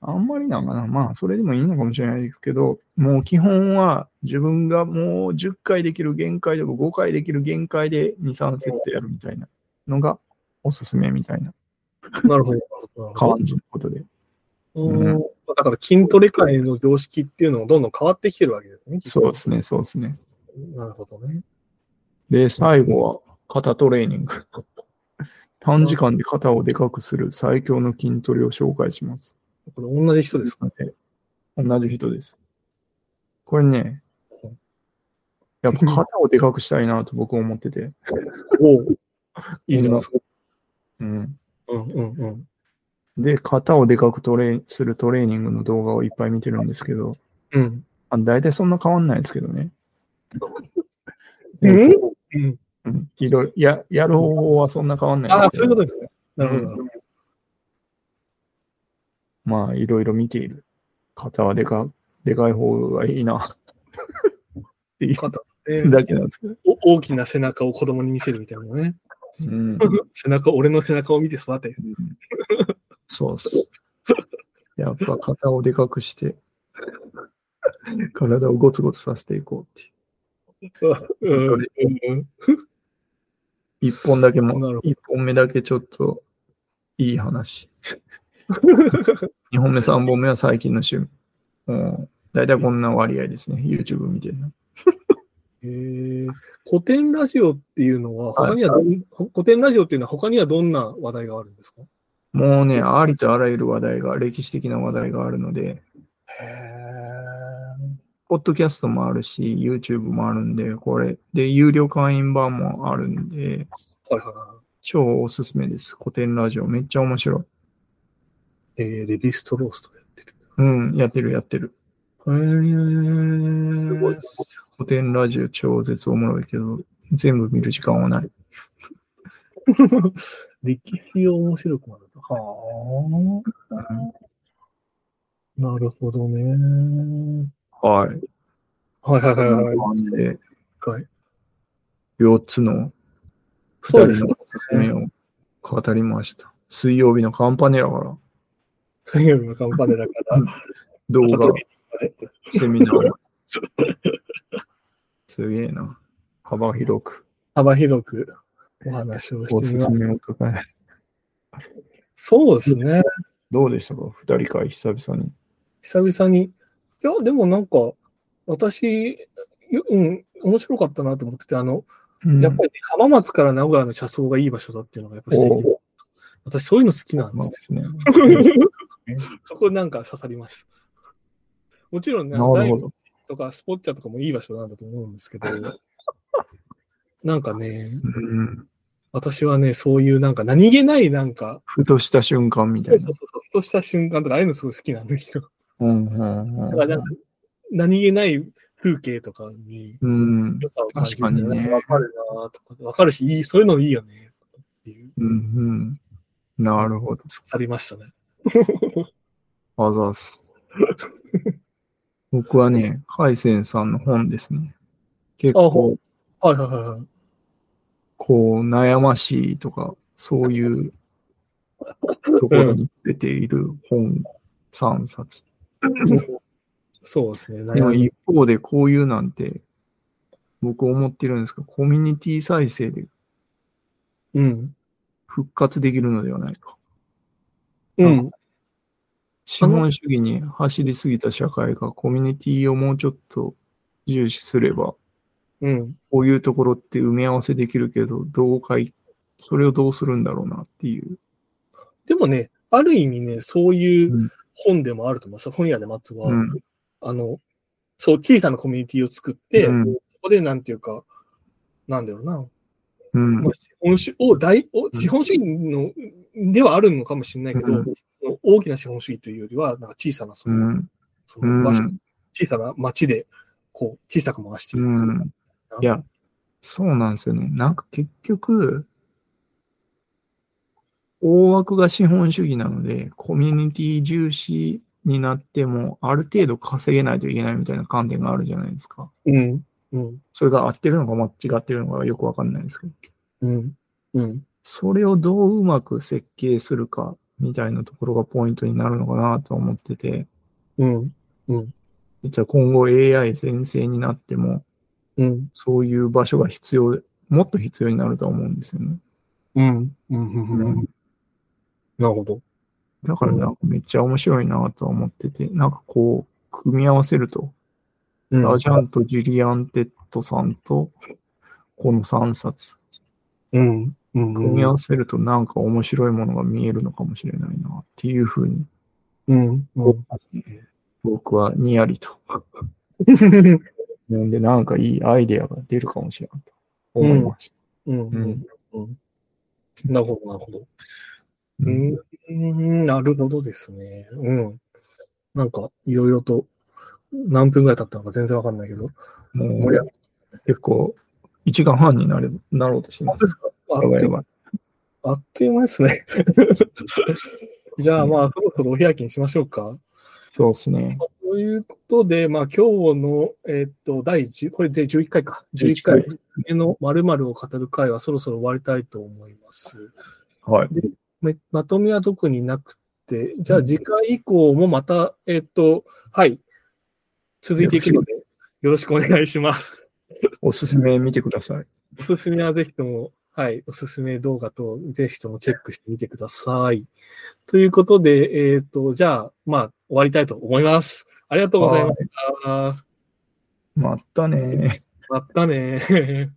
Speaker 2: あんまりなんかな。まあ、それでもいいのかもしれないですけど、もう基本は自分がもう10回できる限界でも5回できる限界で2、3セットやるみたいなのがおすすめみたいな
Speaker 1: なるほど。なるほど
Speaker 2: 感じのことで。
Speaker 1: うんだから筋トレ界の常識っていうのもどんどん変わってきてるわけですね。
Speaker 2: そうですね、そうですね。
Speaker 1: なるほどね。
Speaker 2: で、最後は肩トレーニング。 短時間で肩をでかくする最強の筋トレを紹介します。
Speaker 1: これ同じ人 ですか
Speaker 2: ね。同じ人です。これね、やっぱ肩をでかくしたいなと僕思ってて。
Speaker 1: おういいじゃないですか。
Speaker 2: うん。
Speaker 1: うんうんうん。
Speaker 2: で、肩をでかくトレーするトレーニングの動画をいっぱい見てるんですけど、
Speaker 1: うん。
Speaker 2: あ大体そんな変わんないですけどね。
Speaker 1: うんうん
Speaker 2: うんいろいろや、やる方法はそんな変わんない
Speaker 1: ああ、
Speaker 2: です
Speaker 1: そうい
Speaker 2: け
Speaker 1: う
Speaker 2: ど
Speaker 1: ことですね。なるほどなるほど。
Speaker 2: まあ、いろいろ見ている。肩はでか、でかい方がいい な。っていう
Speaker 1: 肩えー
Speaker 2: だけなんですけど。
Speaker 1: お大きな背中を子供に見せるみたいなね。
Speaker 2: うん、
Speaker 1: 背中、俺の背中を見て育て。
Speaker 2: そうっす。やっぱ肩をでかくして、体をゴツゴツさせていこうっていう
Speaker 1: うん。うんうん
Speaker 2: 一本だけも
Speaker 1: なるほ、
Speaker 2: 一本目だけちょっといい話。二本目、三本目は最近の趣味。うん大体こんな割合ですね。YouTube 見てるな。
Speaker 1: えー古典ラジオっていうのは、他にはどん、古典ラジオっていうのは他にはどんな話題があるんですか
Speaker 2: もうね、ありとあらゆる話題が、歴史的な話題があるの
Speaker 1: へ
Speaker 2: で、ポッドキャストもあるし、YouTube もあるんで、これ、で、有料会員版もあるんで、
Speaker 1: ー。はいはいは
Speaker 2: 超おすすめです。古典ラジオ、めっちゃ面白い。
Speaker 1: い。えー、レビストローストやってる。
Speaker 2: うん、やってるやってる。
Speaker 1: へー。
Speaker 2: すごい。古典ラジオ超絶おもろいけど、全部見る時間はない。
Speaker 1: 歴史を面白くなると。はあ。なるほどね。
Speaker 2: はい。
Speaker 1: はいはいはいはい。
Speaker 2: で、
Speaker 1: はい
Speaker 2: 4つの
Speaker 1: そう
Speaker 2: 2
Speaker 1: です
Speaker 2: 人
Speaker 1: ね
Speaker 2: のおすすめを語りました。水曜日のカンパネラから
Speaker 1: 水曜日のカンパネラから
Speaker 2: うん。動
Speaker 1: あ
Speaker 2: 画
Speaker 1: と、
Speaker 2: セミ ナー。すげえな。幅広く
Speaker 1: 幅広くお話を
Speaker 2: お
Speaker 1: して
Speaker 2: す
Speaker 1: みますす。
Speaker 2: めを抱え
Speaker 1: そうですね。
Speaker 2: どうでしたか二人会久々に。
Speaker 1: 久々に。いや、でもなんか、私、ようん、面白かったなと思ってて、あの、やっぱりね、浜松から名古屋の車窓がいい場所だっていうのがやっぱ素敵で
Speaker 2: お
Speaker 1: 私、そういうの好きなん
Speaker 2: ま
Speaker 1: で
Speaker 2: あ
Speaker 1: す
Speaker 2: で
Speaker 1: よ
Speaker 2: すね。
Speaker 1: そこなんか刺さりました。もちろんね、
Speaker 2: なるほ
Speaker 1: ダイビング
Speaker 2: ど。
Speaker 1: とかスポッチャとかもいい場所なんだと思うんですけど、なんかね、
Speaker 2: うん
Speaker 1: 私はね、そういうなんか何気ないなんか、
Speaker 2: ふとした瞬間みた
Speaker 1: そう
Speaker 2: い
Speaker 1: そ
Speaker 2: な
Speaker 1: う。そう、ふとした瞬間とか、ああいうのすごい好きなんだけど、
Speaker 2: うんうん
Speaker 1: だ
Speaker 2: う
Speaker 1: からなんんか何気ない風景とかに
Speaker 2: うん
Speaker 1: 良さを感じるんだよ
Speaker 2: 確かにね
Speaker 1: わかるなとか、わかるし、いい、そういうのいいよね、っていう、
Speaker 2: うんうんなるほど。
Speaker 1: 刺さりましたね。
Speaker 2: あざっす。僕はね、海鮮さんの本ですね。結
Speaker 1: あほ
Speaker 2: 構、
Speaker 1: はいはいはいはい。
Speaker 2: こう、悩ましいとか、そういうところに出ている本3冊。
Speaker 1: そうですね。
Speaker 2: で
Speaker 1: 悩
Speaker 2: も
Speaker 1: み
Speaker 2: 一方でこういうなんて、僕思ってるんですが、コミュニティ再生で
Speaker 1: うん。
Speaker 2: 復活できるのではないか。
Speaker 1: うん。
Speaker 2: 資本主義に走りすぎた社会がコミュニティをもうちょっと重視すれば、
Speaker 1: うん。
Speaker 2: こういうところって埋め合わせできるけど、どうかい、それをどうするんだろうなっていう。
Speaker 1: でもね、ある意味ね、そういううん本でもあると思います。本屋で松は、
Speaker 2: うん
Speaker 1: あの、そう、小さなコミュニティを作って、
Speaker 2: うん
Speaker 1: そこでなんていうか、なんだろうな、
Speaker 2: うん
Speaker 1: ま。あ資本主義を大を資本主義の、ではあるのかもしれないけど、
Speaker 2: うん
Speaker 1: その大きな資本主義というよりは、なんか小さなそうの、
Speaker 2: ん。
Speaker 1: そうの場所
Speaker 2: ん。
Speaker 1: 小さな町で、こう、小さく回して
Speaker 2: う
Speaker 1: いく。
Speaker 2: ん。いや、そうなんですよね。なんか結局、大枠が資本主義なので、コミュニティ重視になっても、ある程度稼げないといけないみたいな観点があるじゃないですか。
Speaker 1: うん、うん、
Speaker 2: それが合ってるのか間違ってるのかよくわかんないですけど。
Speaker 1: うん、うん。
Speaker 2: それをどううまく設計するかみたいなところがポイントになるのかなと思ってて、
Speaker 1: うん、
Speaker 2: 実は今後 AI 全盛になっても、
Speaker 1: うん、
Speaker 2: そういう場所が必要、もっと必要になると思うんですよね。
Speaker 1: うん、うん、うん、うん。なるほど。
Speaker 2: だからなんかめっちゃ面白いなとは思ってて、なんかこう、組み合わせると、
Speaker 1: うん、
Speaker 2: ラジャンとジュリアンテッドさんと、この3冊、
Speaker 1: うん、うん。
Speaker 2: 組み合わせるとなんか面白いものが見えるのかもしれないなっていうふうに、
Speaker 1: うん、うん。
Speaker 2: 僕はにやりと。なんでなんかいいアイデアが出るかもしれないと思いました。
Speaker 1: うん、うん、うん。なるほど、なるほど。
Speaker 2: う
Speaker 1: うんん、うんなるほどですね。うん。なんか、いろいろと、何分ぐらい経ったのか全然わかんないけど。
Speaker 2: も
Speaker 1: 盛り上
Speaker 2: う結構、1時間半になれなろうとしてます。
Speaker 1: あ
Speaker 2: や
Speaker 1: っ
Speaker 2: ば
Speaker 1: と
Speaker 2: い
Speaker 1: い
Speaker 2: や
Speaker 1: う
Speaker 2: ばい
Speaker 1: あっという間ですね。じゃあ、まあ、そろそろお開きにしましょうか。
Speaker 2: そうですね。
Speaker 1: ということで、まあ、今日の、えっと、第10、これで11回か。11回、目の〇〇を語る回はそろそろ終わりたいと思います。
Speaker 2: はい。
Speaker 1: めまとめは特になくて、じゃあ次回以降もまた、えっと、はい、続いていくので、よろしくお願いします。
Speaker 2: おすすめ見てください。
Speaker 1: おすすめはぜひとも、はい、おすすめ動画とぜひともチェックしてみてください。ということで、えっ、と、じゃあ、まあ、終わりたいと思います。ありがとうございました。
Speaker 2: またねー。
Speaker 1: またね。